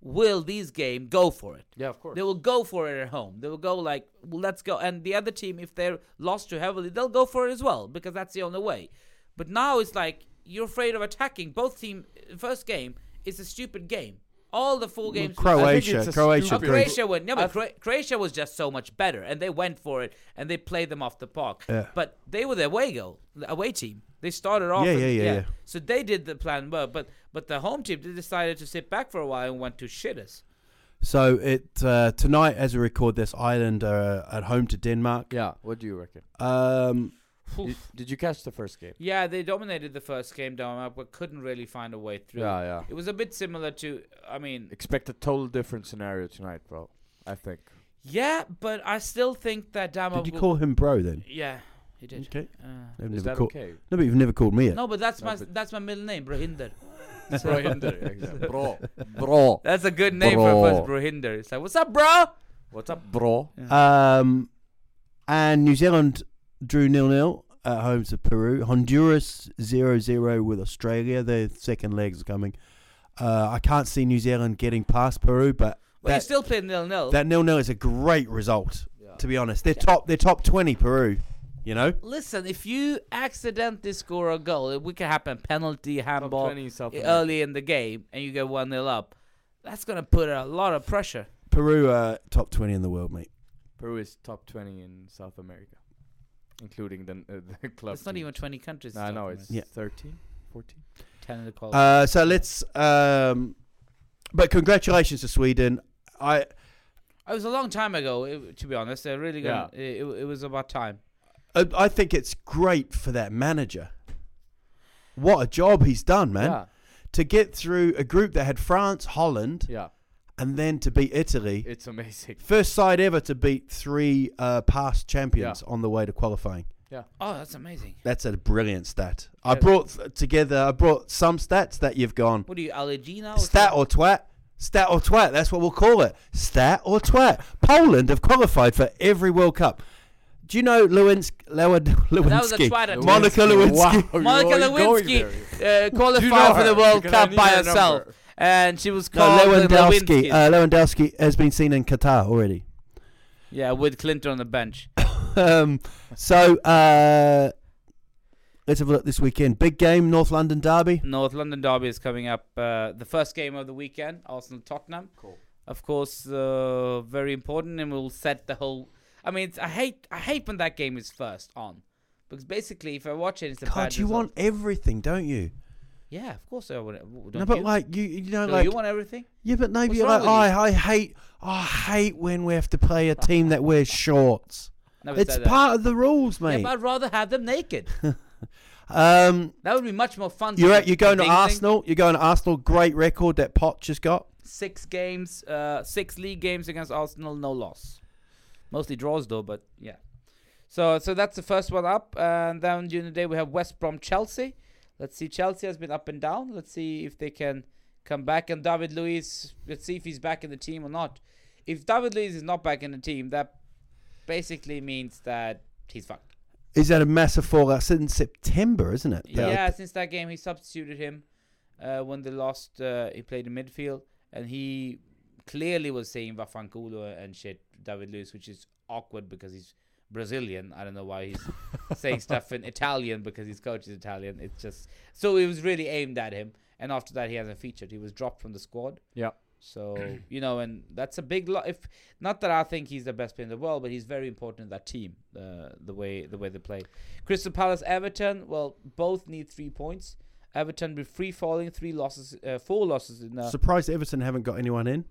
Speaker 3: will these game go for it.
Speaker 5: Yeah, of course.
Speaker 3: They will go for it at home. They will go like, well, let's go. And the other team, if they're lost too heavily, they'll go for it as well because that's the only way. But now it's like you're afraid of attacking. Both team first game is a stupid game. All the four games.
Speaker 5: I think
Speaker 4: Croatia,
Speaker 5: it's a
Speaker 4: Croatia,
Speaker 3: Oh,
Speaker 5: stupid-
Speaker 4: Greece.
Speaker 3: Croatia went. No,
Speaker 5: I
Speaker 3: but
Speaker 5: th-
Speaker 3: Cro- Croatia was just so much better, and they went for it, and they played them off the park. But they were the away goal, the away team. They started off.
Speaker 4: Yeah,
Speaker 3: and-
Speaker 4: yeah, yeah, yeah.
Speaker 3: So they did the plan well, but but the home team they decided to sit back for a while and went to shit us.
Speaker 4: So it uh, tonight, as we record this, Ireland are uh, at home to Denmark.
Speaker 5: Yeah, what do you reckon?
Speaker 4: Um,
Speaker 5: Did, did you catch the first game?
Speaker 3: Yeah, they dominated the first game down up, but couldn't really find a way through.
Speaker 5: Yeah, yeah.
Speaker 3: It was a bit similar to, I mean,
Speaker 5: Expect a total different scenario tonight, bro. I think.
Speaker 3: yeah, but I still think that Dama.
Speaker 4: did you
Speaker 3: will-
Speaker 4: call him bro then?
Speaker 3: Yeah, he did.
Speaker 4: Okay.
Speaker 3: Uh,
Speaker 4: They've never
Speaker 5: Is that
Speaker 4: called-
Speaker 5: okay?
Speaker 4: No, but you've never called me it.
Speaker 3: no, but that's
Speaker 5: No,
Speaker 3: my
Speaker 5: but-
Speaker 3: that's my middle name, Brohinder.
Speaker 5: Brohinder, bro, bro.
Speaker 3: That's a good name for a first
Speaker 5: Bro.
Speaker 3: Brohinder. It's like, what's up, bro?
Speaker 5: What's up, bro?
Speaker 4: Um, and New Zealand drew nil nil at home to Peru. Honduras 0-0 with Australia. Their second legs coming. Uh, I can't see New Zealand getting past Peru, but
Speaker 3: But you
Speaker 4: that,
Speaker 3: still played nil nil.
Speaker 4: that nil nil is a great result. To be honest, they're top. They're top twenty Peru. You know,
Speaker 3: Listen, if you accidentally score a goal, it- we can happen penalty, handball eh,
Speaker 5: 20 something.
Speaker 3: early in the game, and you go 1 0 up. That's going to put a lot of pressure.
Speaker 4: Peru uh, top twenty in the world, mate.
Speaker 5: Peru is top 20 in South America, including the, uh, the club.
Speaker 3: It's not
Speaker 5: team.
Speaker 3: even 20 countries.
Speaker 5: No, I know
Speaker 3: it's
Speaker 5: it's
Speaker 4: Yeah.
Speaker 5: 13, 14.
Speaker 3: 10 in the qualifiers.
Speaker 4: Uh, so let's. Um, but congratulations to Sweden. I
Speaker 3: it was a long time ago, it, to be honest. I really gonna, it, it, it was about time.
Speaker 4: I I think it's great for that manager. What a job he's done, man.
Speaker 5: Yeah.
Speaker 4: To get through a group that had France, Holland,
Speaker 5: Yeah,
Speaker 4: and then to beat Italy.
Speaker 5: it's amazing.
Speaker 4: First side ever to beat three uh, past champions on the way to qualifying.
Speaker 5: Yeah,
Speaker 3: Oh, that's amazing.
Speaker 4: That's a brilliant stat. I brought th- together. I brought some stats that you've gone
Speaker 3: What are you, allergy now?
Speaker 4: stat or twat, stat or twat. That's what we'll call it. Stat or twat. Poland have qualified for every World Cup. Do you know Lewinsk, Lewand,
Speaker 3: That was a
Speaker 4: Lewinsky?
Speaker 3: twat attempt.
Speaker 4: Monica
Speaker 5: Lewinsky.
Speaker 4: Lewinsky.
Speaker 5: Wow.
Speaker 3: Monica
Speaker 5: You're going
Speaker 3: Lewinsky uh,
Speaker 5: You know
Speaker 3: qualified for
Speaker 5: her,
Speaker 3: the World
Speaker 5: because I
Speaker 3: Cup
Speaker 5: knew
Speaker 3: by
Speaker 5: her
Speaker 3: herself,
Speaker 5: number.
Speaker 3: and she was
Speaker 4: No,
Speaker 3: called
Speaker 4: Lewandowski.
Speaker 3: Lewinsky.
Speaker 4: Uh, Lewandowski has been seen in Qatar already.
Speaker 3: yeah, with Clinton on the bench.
Speaker 4: Um, so uh, let's have a look this weekend. Big game, North London derby.
Speaker 3: North London derby is coming up. Uh, the first game of the weekend, Arsenal Tottenham. Cool. Of course, uh, very important, and will set the whole. I mean, it's, I hate I hate when that game is first on, because basically, if I watch it, it's a
Speaker 4: God,
Speaker 3: bad
Speaker 4: you
Speaker 3: result.
Speaker 4: want everything, don't you?
Speaker 3: Yeah, of course I want. Don't
Speaker 4: no, but
Speaker 3: you?
Speaker 4: like you, you know,
Speaker 3: Don't
Speaker 4: like
Speaker 3: you want everything?
Speaker 4: yeah, but no,
Speaker 3: What's
Speaker 4: you're like
Speaker 3: wrong
Speaker 4: "Oh,
Speaker 3: with you?
Speaker 4: I, I hate, I hate when we have to play a team that wears shorts.
Speaker 3: Never
Speaker 4: It's
Speaker 3: said that.
Speaker 4: part of the rules,
Speaker 3: Yeah,
Speaker 4: mate.
Speaker 3: but I'd rather have them naked.
Speaker 4: um,
Speaker 3: that would be much more fun.
Speaker 4: you're
Speaker 3: at,
Speaker 4: at, you're going to Arsenal. You're going to Arsenal. Great record that Poch has got.
Speaker 3: six games, uh, six league games against Arsenal, no loss. Mostly draws though, but yeah. So so that's the first one up, and then during the day we have West Brom Chelsea. Let's see, Chelsea has been up and down. Let's see if they can come back. And David Luiz, let's see if he's back in the team or not. If David Luiz is not back in the team, that basically means that he's fucked.
Speaker 4: Is that a massive fallout since September, isn't it? That-
Speaker 3: Yeah, since that game, he substituted him uh, when they lost. Uh, he played in midfield, and he clearly was saying Vafanculo and shit, David Luiz, which is awkward because he's Brazilian. I don't know why he's saying stuff in Italian because his coach is Italian. It's just so it was really aimed at him. And after that, he hasn't featured. He was dropped from the squad.
Speaker 5: yeah.
Speaker 3: So you know, and that's a big lot. If not that I think he's the best player in the world, but he's very important in that team. Uh, the way the way they play. Crystal Palace, Everton. Well, both need three points. Everton with free falling, three losses, uh, four losses in. Uh,
Speaker 4: Surprised Everton haven't got anyone in.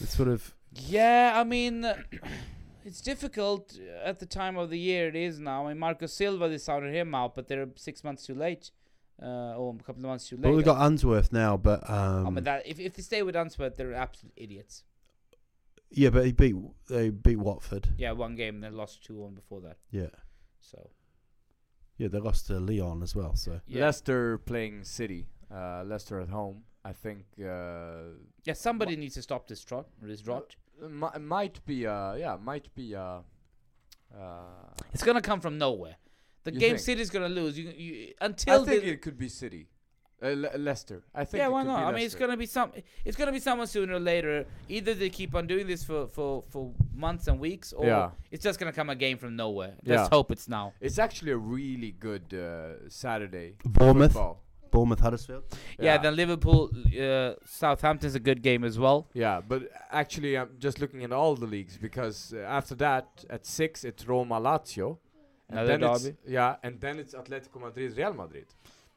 Speaker 4: It's sort of
Speaker 3: yeah, I mean, it's difficult at the time of the year. It is now. I mean, Marco Silva they sounded him out, but they're six months too late, uh, or a couple of months too late.
Speaker 4: well, we've got Unsworth now, but um,
Speaker 3: I mean, that if if they stay with Unsworth, they're absolute idiots.
Speaker 4: yeah, but he beat they beat Watford.
Speaker 3: Yeah, one game and they lost two one before that.
Speaker 4: Yeah,
Speaker 3: So.
Speaker 4: yeah, they lost to Leon as well. So
Speaker 3: Yeah.
Speaker 5: Leicester playing City. Uh, Leicester at home. I think uh,
Speaker 3: Yeah, somebody needs to stop this trot. This rot.
Speaker 5: mi- might be. Uh, yeah, might be. Uh, uh,
Speaker 3: It's gonna come from nowhere. The
Speaker 5: You
Speaker 3: game
Speaker 5: think?
Speaker 3: City's gonna lose. You, you
Speaker 5: I
Speaker 3: until
Speaker 5: think
Speaker 3: the-
Speaker 5: it could be City. Uh, Le- Leicester. I think.
Speaker 3: yeah,
Speaker 5: it
Speaker 3: why
Speaker 5: could
Speaker 3: not?
Speaker 5: Be
Speaker 3: I mean, it's
Speaker 5: Leicester.
Speaker 3: gonna be some. It's gonna be someone sooner or later. Either they keep on doing this for for for months and weeks, or
Speaker 5: Yeah.
Speaker 3: it's just gonna come a game from nowhere. Let's
Speaker 5: Yeah.
Speaker 3: hope it's now.
Speaker 5: It's actually a really good uh, Saturday.
Speaker 4: Bournemouth,
Speaker 5: football.
Speaker 4: Bournemouth, Huddersfield.
Speaker 3: Yeah. then Liverpool, uh, Southampton's a good game as well.
Speaker 5: Yeah, but actually, I'm just looking at all the leagues because uh, after that, at six, it's Roma Lazio. And
Speaker 3: Another
Speaker 5: then it's-
Speaker 3: derby.
Speaker 5: Yeah, and then it's Atletico Madrid Real Madrid.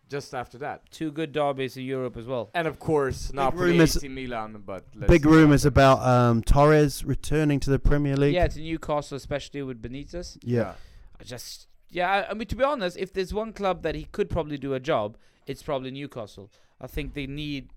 Speaker 5: Just after that,
Speaker 3: Two good derbies in Europe as well.
Speaker 5: and of course Napoli,
Speaker 4: rumours-
Speaker 5: AC Milan. But let's
Speaker 4: Big
Speaker 5: see.
Speaker 4: rumours about um, Torres returning to the Premier League.
Speaker 3: Yeah, to Newcastle, especially with Benitez.
Speaker 4: yeah.
Speaker 3: I just yeah. I, I mean, to be honest, if there's one club that he could probably do a job, it's probably Newcastle. I think they need,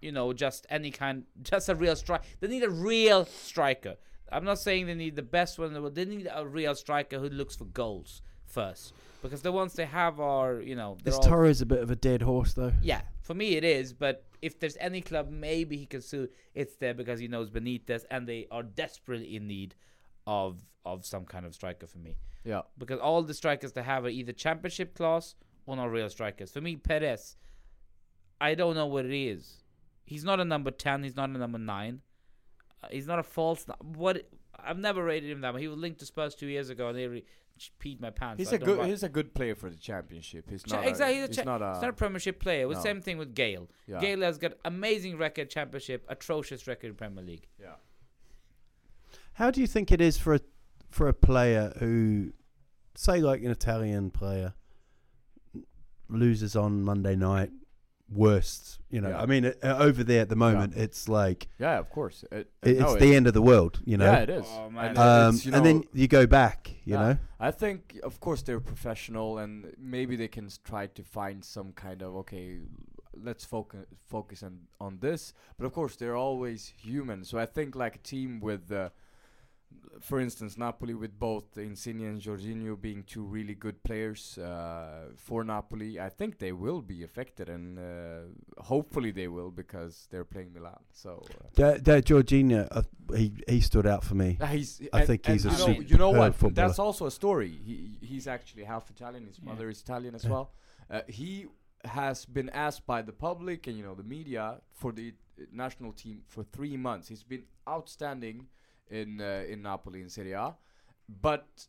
Speaker 3: you know, just any kind, just a real strike. They need a real striker. I'm not saying they need the best one in the world. They need a real striker who looks for goals first, because the ones they have are, you know, they're
Speaker 4: Is
Speaker 3: all-
Speaker 4: Torres a bit of a dead horse though?
Speaker 3: yeah, for me it is. But if there's any club, maybe he can sue. It's there because he knows Benitez, and they are desperately in need of of some kind of striker for me
Speaker 5: Yeah,
Speaker 3: because all the strikers they have are either championship class or not real strikers. For me, Perez, I don't know what it is. He's not a number ten. He's not a number nine. Uh, He's not a false. n- What I've never rated him that much. He was linked to Spurs two years ago, and they really peed my pants.
Speaker 5: He's
Speaker 3: I
Speaker 5: a
Speaker 3: don't
Speaker 5: good.
Speaker 3: like-
Speaker 5: He's a good player for the championship. He's
Speaker 3: Cha-
Speaker 5: not.
Speaker 3: exactly,
Speaker 5: A,
Speaker 3: he's a,
Speaker 5: he's
Speaker 3: cha-
Speaker 5: not a.
Speaker 3: it's not a Premiership player. It was
Speaker 5: no.
Speaker 3: same thing with Gale.
Speaker 5: Yeah.
Speaker 3: Gale has got amazing record Championship, atrocious record in Premier League.
Speaker 5: yeah.
Speaker 4: How do you think it is for a for a player who, say, like an Italian player, loses on Monday night, worst? You know,
Speaker 5: Yeah.
Speaker 4: I mean, uh, over there at the moment, it's like
Speaker 5: Yeah, of course. It,
Speaker 4: it, it's
Speaker 5: no,
Speaker 4: the
Speaker 5: it-
Speaker 4: end of the world. You know,
Speaker 5: Yeah, it is.
Speaker 3: Oh, man.
Speaker 5: And
Speaker 4: Um,
Speaker 5: it's, you
Speaker 4: and then
Speaker 5: know-
Speaker 4: you go back. You
Speaker 5: Yeah.
Speaker 4: know,
Speaker 5: I think, of course, they're professional, and maybe they can s- try to find some kind of okay. Let's focus focus on on this, but of course, they're always human. So I think like a team with, uh, for instance, Napoli with both Insigne and Jorginho being two really good players uh, for Napoli, I think they will be affected, and uh, hopefully they will because they're playing Milan. So. Uh,
Speaker 4: that, that Jorginho, uh, he he stood out for me.
Speaker 5: uh, He's,
Speaker 4: I think he's
Speaker 5: you
Speaker 3: a
Speaker 5: know, you know
Speaker 4: superb
Speaker 5: what?
Speaker 4: footballer.
Speaker 5: That's also a story. He he's actually half Italian. His mother is Italian as well. Uh, he has been asked by the public and you know the media for the uh, national team for three months. He's been outstanding in uh, in Napoli in Serie A, but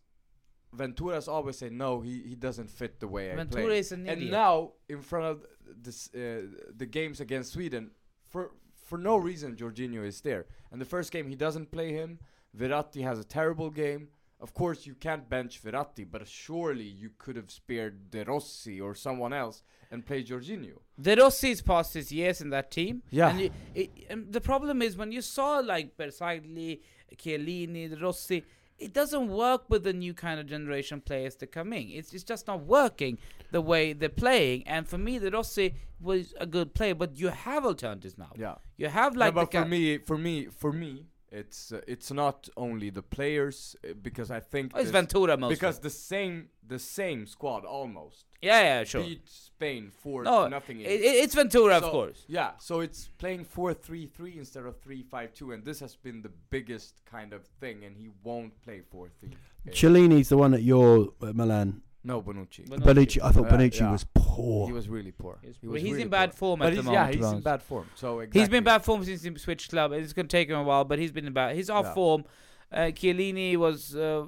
Speaker 5: Ventura's always say no. He he doesn't fit the way I
Speaker 3: Ventura
Speaker 5: play.
Speaker 3: is an
Speaker 5: and
Speaker 3: idiot.
Speaker 5: now in front of this, uh, the games against Sweden, for for no reason, Jorginho is there. And the first game he doesn't play him. Verratti has a terrible game. Of course, you can't bench Verratti, but surely you could have spared De Rossi or someone else and played Jorginho.
Speaker 3: De Rossi's past his years in that team.
Speaker 5: Yeah.
Speaker 3: And, you, it, and the problem is when you saw like Bersagli, Chiellini, De Rossi, it doesn't work with the new kind of generation players that come in. It's, it's just not working the way they're playing. And for me, De Rossi was a good player, but you have alternatives now.
Speaker 5: Yeah.
Speaker 3: You have
Speaker 5: No,
Speaker 3: like
Speaker 5: but
Speaker 3: the
Speaker 5: for
Speaker 3: ki-
Speaker 5: me, for me, for me, it's uh, it's not only the players uh, because I think
Speaker 3: Oh, it's
Speaker 5: this-
Speaker 3: Ventura mostly.
Speaker 5: because the same the same squad almost
Speaker 3: yeah, yeah, sure.
Speaker 5: beat Spain for
Speaker 3: No,
Speaker 5: nothing.
Speaker 3: it, it- it's Ventura,
Speaker 5: So-
Speaker 3: of course.
Speaker 5: Yeah, so it's playing 4-3-3 instead of 3-5-2 and this has been the biggest kind of thing and he won't play 4-3. Uh,
Speaker 4: Cellini's the one at your at Milan.
Speaker 5: No, Bonucci.
Speaker 3: Bonucci.
Speaker 4: Bonucci, I thought
Speaker 5: Uh,
Speaker 4: Bonucci
Speaker 5: yeah.
Speaker 4: was poor.
Speaker 5: He was really poor. He was
Speaker 3: But he's
Speaker 5: really
Speaker 3: in bad
Speaker 5: poor.
Speaker 3: form
Speaker 5: But
Speaker 3: at the
Speaker 5: he's-
Speaker 3: moment.
Speaker 5: Yeah, he's in
Speaker 4: Toronto.
Speaker 5: bad form. So
Speaker 3: He's been
Speaker 5: exactly.
Speaker 3: bad form since he switched club. It's going to take him a while, but he's been in bad. He's off
Speaker 5: Yeah.
Speaker 3: form. Uh, Chiellini was uh,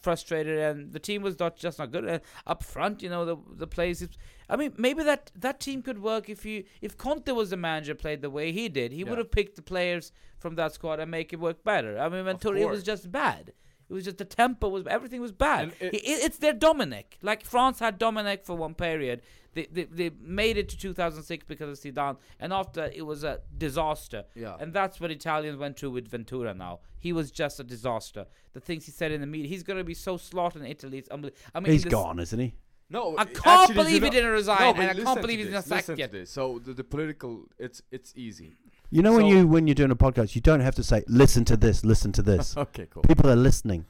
Speaker 3: frustrated, and the team was not just not good uh, up front. You know the the plays. is- I mean, maybe that that team could work if you if Conte was the manager, played the way he did, he
Speaker 5: Yeah.
Speaker 3: would have picked the players from that squad and make it work better. I mean, Venturi, it was
Speaker 5: course.
Speaker 3: just bad. It was just the tempo was everything was bad.
Speaker 5: And it-
Speaker 3: He- it- it's their Dominic. Like France had Dominic for one period. They, they they made it to 2006 because of Zidane, and after it was a disaster.
Speaker 5: Yeah.
Speaker 3: And that's what Italians went through with Ventura. Now he was just a disaster. The things he said in the media, he's gonna be so slaughtered in Italy. It's unbelievable. I mean,
Speaker 4: He's
Speaker 3: this-
Speaker 4: gone, isn't he?
Speaker 5: No,
Speaker 3: I
Speaker 5: it-
Speaker 3: can't
Speaker 5: actually,
Speaker 3: believe he
Speaker 5: you know-
Speaker 3: didn't resign,
Speaker 5: No,
Speaker 3: and
Speaker 5: but
Speaker 3: I can't
Speaker 5: listen to
Speaker 3: believe he's
Speaker 5: this,
Speaker 3: not sacked
Speaker 5: listen to
Speaker 3: yet.
Speaker 5: this. So the, the political, it's it's easy.
Speaker 4: You know when
Speaker 5: So-
Speaker 4: you when you're doing a podcast, you don't have to say listen to this, listen to this.
Speaker 5: Okay, cool.
Speaker 4: People are listening,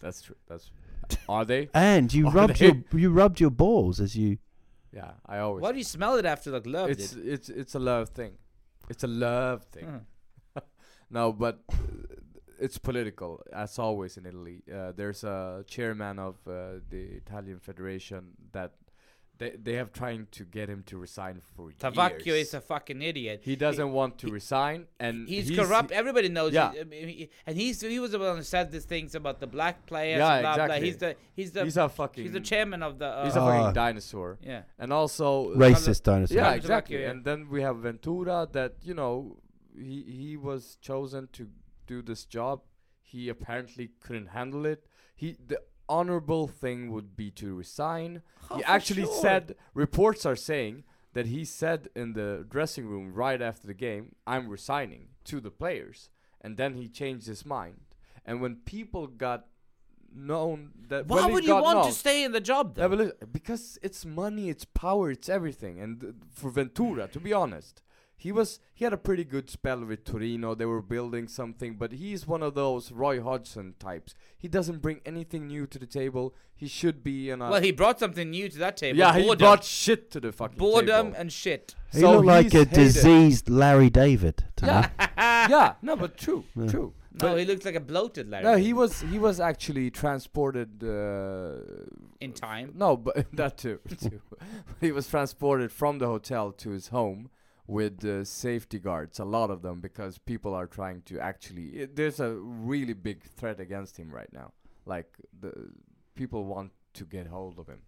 Speaker 5: That's true. That's are they?
Speaker 4: and you
Speaker 5: Are
Speaker 4: rubbed
Speaker 5: they?
Speaker 4: your you rubbed your balls as you.
Speaker 5: Yeah, I always.
Speaker 3: Why do you smell it after like love?
Speaker 5: it's it's it's a love thing. It's a love thing. Hmm. No, but uh, it's political as always in Italy. Uh, there's a chairman of uh, the Italian Federation that they they have trying to get him to resign for
Speaker 3: Tavacchio
Speaker 5: years.
Speaker 3: is a fucking idiot.
Speaker 5: he doesn't want to resign, and
Speaker 3: He's, corrupt. Everybody knows.
Speaker 5: Yeah.
Speaker 3: He- I mean, he- and he's he was the one who said these things about the black players.
Speaker 5: Yeah,
Speaker 3: and blah,
Speaker 5: exactly.
Speaker 3: Blah. He's the he's the
Speaker 5: He's a
Speaker 3: he's the
Speaker 5: fucking-
Speaker 3: chairman of the. Uh,
Speaker 5: He's a
Speaker 4: Ah.
Speaker 5: fucking dinosaur.
Speaker 3: Yeah.
Speaker 5: and also
Speaker 4: Racist dinosaur.
Speaker 5: Yeah,
Speaker 3: Tavacchio,
Speaker 5: exactly.
Speaker 3: yeah.
Speaker 5: And then we have Ventura that, you know, he he was chosen to do this job. He apparently couldn't handle it. He the honorable thing would be to resign. he actually
Speaker 3: sure.
Speaker 5: said reports are saying that he said in the dressing room right after the game, I'm resigning to the players. And then he changed his mind. And when people got known that
Speaker 3: why
Speaker 5: when it
Speaker 3: would you
Speaker 5: got
Speaker 3: want
Speaker 5: known-
Speaker 3: to stay in the job
Speaker 5: yeah,
Speaker 3: though?
Speaker 5: but look, because it's money, it's power, it's everything. And th- for Ventura, to be honest, he was he had a pretty good spell with Torino. They were building something, but he's one of those Roy Hodgson types. He doesn't bring anything new to the table. He should be in a
Speaker 3: well, he brought something new to that table.
Speaker 5: yeah,
Speaker 3: boredom.
Speaker 5: he brought shit to the fucking
Speaker 3: boredom
Speaker 5: table.
Speaker 3: and shit.
Speaker 4: He
Speaker 5: So
Speaker 4: looked like
Speaker 5: he's
Speaker 4: a
Speaker 5: hated.
Speaker 4: diseased Larry David. To me.
Speaker 5: Yeah, yeah, no, but true, true.
Speaker 3: No, he looked like a bloated Larry.
Speaker 5: No, he
Speaker 3: David.
Speaker 5: was he was actually transported uh,
Speaker 3: in time.
Speaker 5: No, but that too. too. he was transported from the hotel to his home with uh, safety guards, a lot of them, because people are trying to actually. It, there's a really big threat against him right now. Like the people want to get hold of him.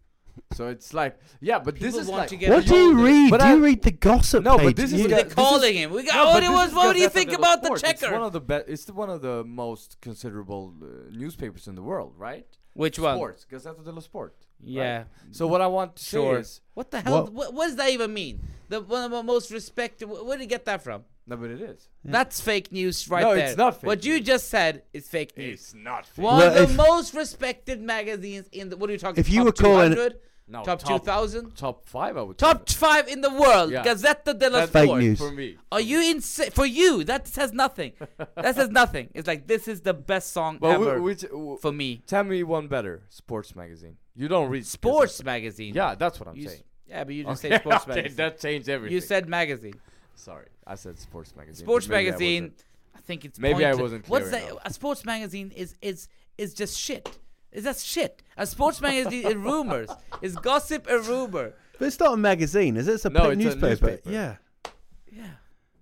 Speaker 5: So it's like, yeah, but this
Speaker 3: People
Speaker 5: is
Speaker 3: want
Speaker 5: like,
Speaker 3: to get
Speaker 4: What do you read?
Speaker 5: But
Speaker 4: do you
Speaker 5: I-
Speaker 4: read the gossip
Speaker 5: No, but
Speaker 4: page?
Speaker 5: this is
Speaker 4: You-
Speaker 5: the-
Speaker 3: They're
Speaker 5: this
Speaker 3: calling him. We got.
Speaker 5: No,
Speaker 3: what,
Speaker 5: but
Speaker 3: do-
Speaker 5: this
Speaker 3: what,
Speaker 5: is
Speaker 3: what do you
Speaker 5: Gazeta
Speaker 3: think
Speaker 5: dello
Speaker 3: about the
Speaker 5: Sport. It's one
Speaker 3: checker?
Speaker 5: of the best. It's the- one of the most considerable uh, newspapers in the world, right?
Speaker 3: Which one?
Speaker 5: Sports, Gazeta dello Sport. right?
Speaker 3: Yeah.
Speaker 5: So what I want to
Speaker 3: Sure.
Speaker 5: say is,
Speaker 3: What the hell?
Speaker 4: What-
Speaker 3: What, what does that even mean? The one of the most respected. wh- Where did you get that from?
Speaker 5: no, but it is.
Speaker 3: That's fake news right
Speaker 5: No,
Speaker 3: there.
Speaker 5: it's not fake
Speaker 3: What you
Speaker 5: news.
Speaker 3: just said is fake news.
Speaker 2: It's not fair.
Speaker 3: One
Speaker 4: Well,
Speaker 3: of the
Speaker 4: if-
Speaker 3: most respected magazines in the. What are you talking?
Speaker 4: If you
Speaker 3: top
Speaker 4: were calling-
Speaker 3: 200?
Speaker 5: No,
Speaker 3: top two thousand,
Speaker 5: Top five, I would.
Speaker 3: top
Speaker 5: say.
Speaker 3: five in the world.
Speaker 5: Yeah.
Speaker 3: Gazetta dello
Speaker 5: That's
Speaker 3: Sport.
Speaker 4: Fake news.
Speaker 5: for me.
Speaker 3: Are you insane? For you, that says nothing. That says nothing. It's like this is the best song
Speaker 5: But wh-
Speaker 3: ever
Speaker 5: which, w-
Speaker 3: for me.
Speaker 5: tell me one better sports magazine. You don't read
Speaker 3: Sports
Speaker 5: Gazeta.
Speaker 3: magazine.
Speaker 5: Yeah, that's what I'm
Speaker 3: You s-
Speaker 5: saying.
Speaker 3: Yeah, but you didn't
Speaker 5: Okay,
Speaker 3: say sports
Speaker 5: okay,
Speaker 3: magazine.
Speaker 5: That changed everything.
Speaker 3: You said magazine.
Speaker 5: sorry. I said sports magazine.
Speaker 3: Sports
Speaker 5: Maybe I
Speaker 3: magazine.
Speaker 5: wasn't.
Speaker 3: I, think it's
Speaker 5: Maybe I
Speaker 3: pointless.
Speaker 5: wasn't
Speaker 3: What's
Speaker 5: clear
Speaker 3: that?
Speaker 5: enough.
Speaker 3: A sports magazine is is is just shit. Is that shit? A sports magazine is rumors. Is gossip a rumor?
Speaker 4: But it's not a magazine, is it? It's a
Speaker 5: No,
Speaker 4: pa-
Speaker 5: it's a
Speaker 4: newspaper.
Speaker 5: newspaper.
Speaker 4: Yeah. Yeah.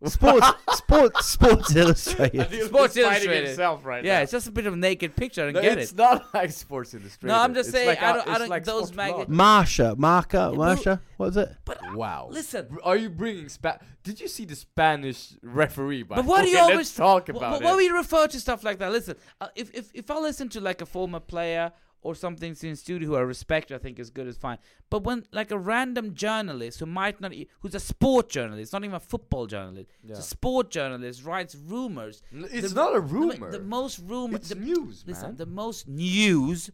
Speaker 4: Sports, sports, sports illustrated.
Speaker 3: Sports
Speaker 2: He's fighting
Speaker 3: Illustrated.
Speaker 2: himself right
Speaker 3: yeah,
Speaker 2: now.
Speaker 3: it's just a bit of a naked picture. I don't
Speaker 5: No,
Speaker 3: get
Speaker 5: it's
Speaker 3: it.
Speaker 5: not like Sports Illustrated.
Speaker 3: I'm just
Speaker 5: It's
Speaker 3: saying,
Speaker 5: like
Speaker 3: I
Speaker 5: a-
Speaker 3: don't- I
Speaker 5: it's
Speaker 3: don't-
Speaker 5: like
Speaker 3: those
Speaker 5: Sports
Speaker 3: maga-
Speaker 5: Blog.
Speaker 4: Marsha, marker,
Speaker 3: Blue-
Speaker 4: Marsha. What is it?
Speaker 3: But I-
Speaker 5: Wow.
Speaker 3: Listen.
Speaker 5: B- Are you bringing Spa? Did you see the Spanish referee? By
Speaker 3: But what do
Speaker 5: the
Speaker 3: you
Speaker 5: way? Let's
Speaker 3: always
Speaker 5: talk
Speaker 3: wh- wh-
Speaker 5: about?
Speaker 3: Why
Speaker 5: it.
Speaker 3: we refer to stuff like that? Listen, uh, if, if if I listen to like a former player or something in studio who I respect, I think is good, is fine. But when like a random journalist who might not, e- who's a sport journalist, not even a football journalist, it's a sport journalist writes rumors.
Speaker 5: N- it's not a
Speaker 3: the mo-
Speaker 5: rumor.
Speaker 3: The, most rumors.
Speaker 5: It's
Speaker 3: the,
Speaker 5: news,
Speaker 3: Listen,
Speaker 5: man.
Speaker 3: the most news.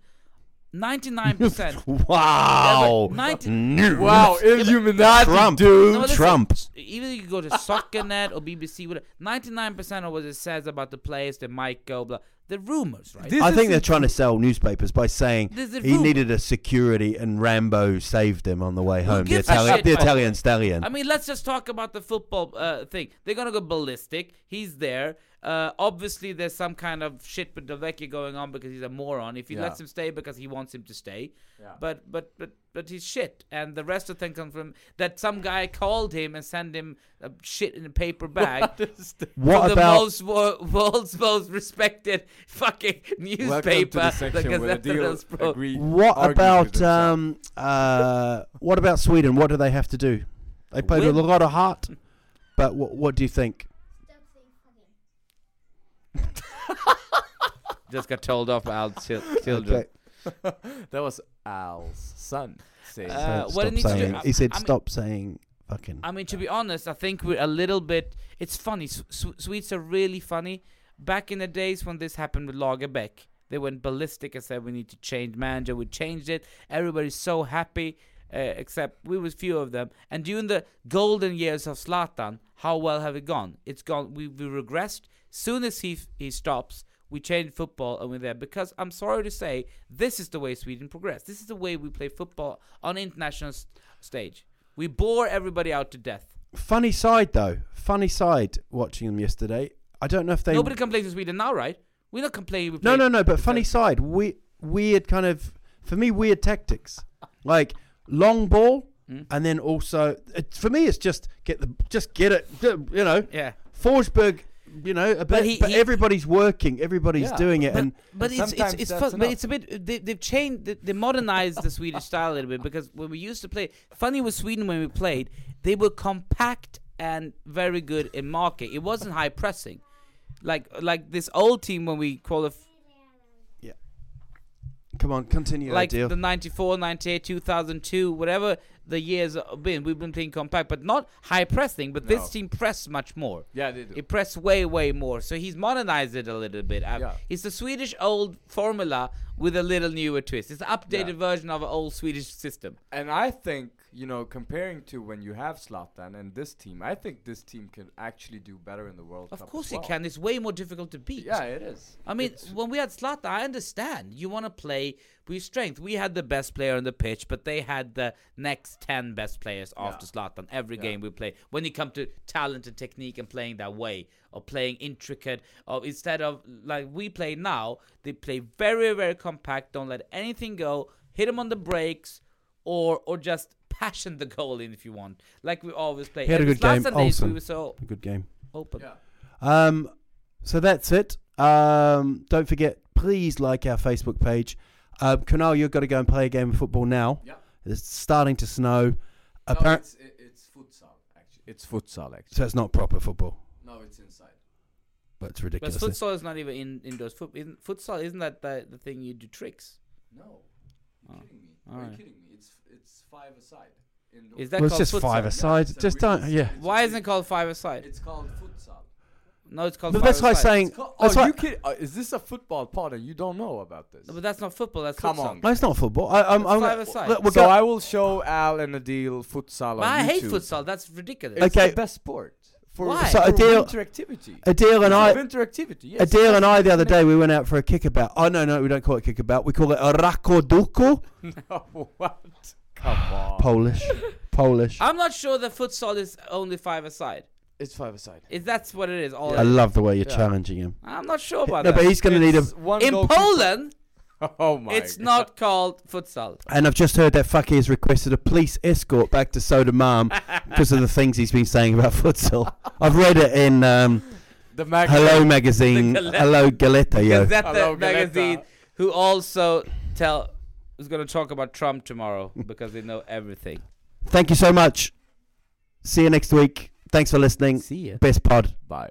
Speaker 3: Ninety-nine percent.
Speaker 4: Wow.
Speaker 3: Ninety-
Speaker 4: News.
Speaker 5: Wow, Illuminati,
Speaker 4: Trump.
Speaker 5: dude.
Speaker 3: No, listen,
Speaker 4: Trump.
Speaker 3: s- Either you go to SoccerNet or BBC, whatever. Ninety-nine percent of what it says about the players that might go, blah. The rumors, right?
Speaker 5: This
Speaker 4: I think
Speaker 5: is
Speaker 4: they're
Speaker 5: a-
Speaker 4: trying to sell newspapers by saying
Speaker 3: There's a
Speaker 4: he
Speaker 3: rumor.
Speaker 4: needed a security and Rambo saved him on the way home. The
Speaker 3: gives a
Speaker 4: Italian,
Speaker 3: shit,
Speaker 4: the
Speaker 3: by the
Speaker 4: Italian stallion.
Speaker 3: I mean, let's just talk about the football uh, thing. They're gonna go ballistic. He's there. Uh, obviously, there's some kind of shit with Dovecchio going on because he's a moron. If he
Speaker 5: Yeah.
Speaker 3: lets him stay because he wants him to stay, but but but but he's shit. And the rest of the thing comes from that some guy called him and sent him a shit in a paper bag.
Speaker 4: What
Speaker 3: from
Speaker 4: about-
Speaker 3: the most wo- world's most respected fucking
Speaker 5: Welcome
Speaker 3: newspaper?
Speaker 5: to the section where
Speaker 3: Gazette
Speaker 5: the deal
Speaker 3: dello Sport.
Speaker 5: agree-
Speaker 4: what
Speaker 5: argues with
Speaker 4: about
Speaker 5: itself.
Speaker 4: um, uh, what about Sweden? What do they have to do? They played with a
Speaker 3: Win.
Speaker 4: lot of heart, but what what do you think?
Speaker 3: Just got told off by Al's chil- children.
Speaker 4: Okay.
Speaker 5: that was Al's son saying.
Speaker 3: Uh,
Speaker 4: Don't
Speaker 3: what it
Speaker 4: stop
Speaker 3: needs to do-
Speaker 4: saying-
Speaker 3: I-
Speaker 4: he said,
Speaker 3: I mean-
Speaker 4: "Stop saying fucking."
Speaker 3: I mean, to be honest, I think we're a little bit. It's funny. S- S- Swedes are really funny. Back in the days when this happened with Lagerbäck, they went ballistic and said we need to change manager. We changed it. Everybody's so happy, uh, except we was few of them. And during the golden years of Zlatan, how well have it gone? It's gone. We we regressed. Soon as he f- he stops, we change football and we're there because I'm sorry to say this is the way Sweden progressed. This is the way we play football on international s stage. We bore everybody out to death.
Speaker 4: Funny side though. Funny side. Watching them yesterday, I don't know if they.
Speaker 3: Nobody complains in Sweden now, right? We're not complaining. We
Speaker 4: no,
Speaker 3: play-
Speaker 4: no, no. But funny side. We weird kind of for me weird tactics like long ball, and then also it, for me it's just get the just get it. You know.
Speaker 3: Yeah.
Speaker 4: Forsberg. You know, a bit, but,
Speaker 3: he- he-
Speaker 4: everybody's working. Everybody's
Speaker 5: Yeah.
Speaker 4: doing it, and
Speaker 3: But it's it's,
Speaker 5: sometimes
Speaker 3: it's
Speaker 5: that's
Speaker 3: fun, but
Speaker 5: enough.
Speaker 3: it's a bit they, they've changed they, they modernized the Swedish style a little bit because when we used to play funny with Sweden when we played they were compact and very good in marking it wasn't high pressing like like this old team when we qualified
Speaker 4: come on, continue.
Speaker 3: like
Speaker 4: Adil.
Speaker 3: the 94, 98, 2002, whatever the years have been, we've been playing compact, but not high pressing. But this
Speaker 5: No.
Speaker 3: team pressed much more.
Speaker 5: Yeah, they do.
Speaker 3: It pressed way, way more. So he's modernized it a little bit. Uh,
Speaker 5: Yeah.
Speaker 3: It's the Swedish old formula with a little newer twist. It's an updated
Speaker 5: Yeah.
Speaker 3: version of an old Swedish system.
Speaker 5: And I think, you know, comparing to when you have Zlatan and this team, I think this team can actually do better in the World
Speaker 3: Of
Speaker 5: Cup.
Speaker 3: course
Speaker 5: as
Speaker 3: he
Speaker 5: well.
Speaker 3: can. It's way more difficult to beat.
Speaker 5: Oh, Yeah, it is.
Speaker 3: I mean,
Speaker 5: It's-
Speaker 3: when we had Slata, I understand. You want to play with strength. We had the best player on the pitch, but they had the next 10 best players after Slatan every game we play. When you come to talent and technique and playing that way, or playing intricate, or instead of like we play now, they play very, very compact, don't let anything go, hit them on the brakes, or or just passion the goal in if you want, like we always play.
Speaker 7: He had a
Speaker 3: And
Speaker 7: good
Speaker 3: it's last
Speaker 7: game.
Speaker 3: Sunday,
Speaker 7: Olsen.
Speaker 3: we were so
Speaker 7: A good game.
Speaker 3: open.
Speaker 7: Um, so that's it. Um, don't forget, please like our Facebook page. Uh, Kunal, you've got to go and play a game of football now.
Speaker 5: Yeah.
Speaker 7: It's starting to snow.
Speaker 5: No,
Speaker 7: Appar-
Speaker 5: it's, it, it's futsal actually. It's futsal actually.
Speaker 7: so it's not proper football,
Speaker 5: No, it's inside.
Speaker 7: but it's
Speaker 3: But
Speaker 7: ridiculous.
Speaker 3: futsal is not even in indoors. Foot, isn't, futsal isn't that the, the thing you do tricks? Oh.
Speaker 5: No, you're kidding me.
Speaker 3: all
Speaker 5: Are you
Speaker 3: right.
Speaker 5: kidding me? It's it's five aside. Indoor.
Speaker 3: Is that
Speaker 7: well, Oh, it's
Speaker 3: called
Speaker 7: just
Speaker 3: futsal?
Speaker 7: five aside.
Speaker 5: it's a
Speaker 7: just
Speaker 5: real-
Speaker 7: don't. Yeah.
Speaker 5: it's-
Speaker 3: Why isn't it called five aside?
Speaker 5: It's called futsal.
Speaker 3: No, it's called.
Speaker 7: But that's like
Speaker 3: five-a-side.
Speaker 7: saying.
Speaker 5: It's called,
Speaker 7: That's
Speaker 5: are you
Speaker 7: like,
Speaker 5: kidding? Uh, is this a football pod and you don't know about this?
Speaker 3: No, but that's not football. That's
Speaker 5: Come
Speaker 3: futsal.
Speaker 5: on.
Speaker 7: no, it's not football. I, I'm,
Speaker 3: It's
Speaker 7: I'm,
Speaker 3: five-a-side.
Speaker 7: look, we're
Speaker 5: so
Speaker 7: go-
Speaker 5: I will show Al and Adil futsal. on
Speaker 3: But I hate
Speaker 5: YouTube.
Speaker 3: futsal. That's ridiculous.
Speaker 5: It's
Speaker 7: Okay.
Speaker 5: the best sport for,
Speaker 3: Why?
Speaker 7: So
Speaker 5: for
Speaker 7: Adil-
Speaker 5: interactivity.
Speaker 7: Adil and
Speaker 5: It's
Speaker 7: I.
Speaker 5: of interactivity. Yes,
Speaker 7: Adil and I the other
Speaker 5: That's-
Speaker 7: day we went out for a kickabout. Oh no, no, we don't call it kickabout. We call it a rakoduku.
Speaker 5: No, what? Come on.
Speaker 7: Polish, Polish.
Speaker 3: I'm not sure that futsal is only five aside.
Speaker 5: it's five aside.
Speaker 3: Is that's what it is? All
Speaker 7: I
Speaker 3: it is.
Speaker 7: love the way you're
Speaker 5: Yeah.
Speaker 7: challenging him.
Speaker 3: I'm not sure
Speaker 7: No,
Speaker 3: about that.
Speaker 7: but he's going to need a.
Speaker 5: one
Speaker 3: in
Speaker 5: goalkeeper.
Speaker 3: Poland,
Speaker 5: Oh my.
Speaker 3: it's
Speaker 5: God.
Speaker 3: not called futsal.
Speaker 7: And I've just heard that fucker has requested a police escort back to Sodomam because of the things he's been saying about futsal. I've read it in um,
Speaker 5: the mag-
Speaker 7: Hello magazine,
Speaker 3: The Gazette.
Speaker 7: Hello Galetta, yo.
Speaker 3: Gazette
Speaker 5: Hello,
Speaker 3: magazine,
Speaker 5: Galetta.
Speaker 3: who also tell is going to talk about Trump tomorrow because they know everything.
Speaker 7: Thank you so much. See you next week. Thanks for listening.
Speaker 3: See ya.
Speaker 7: Best pod.
Speaker 5: Bye.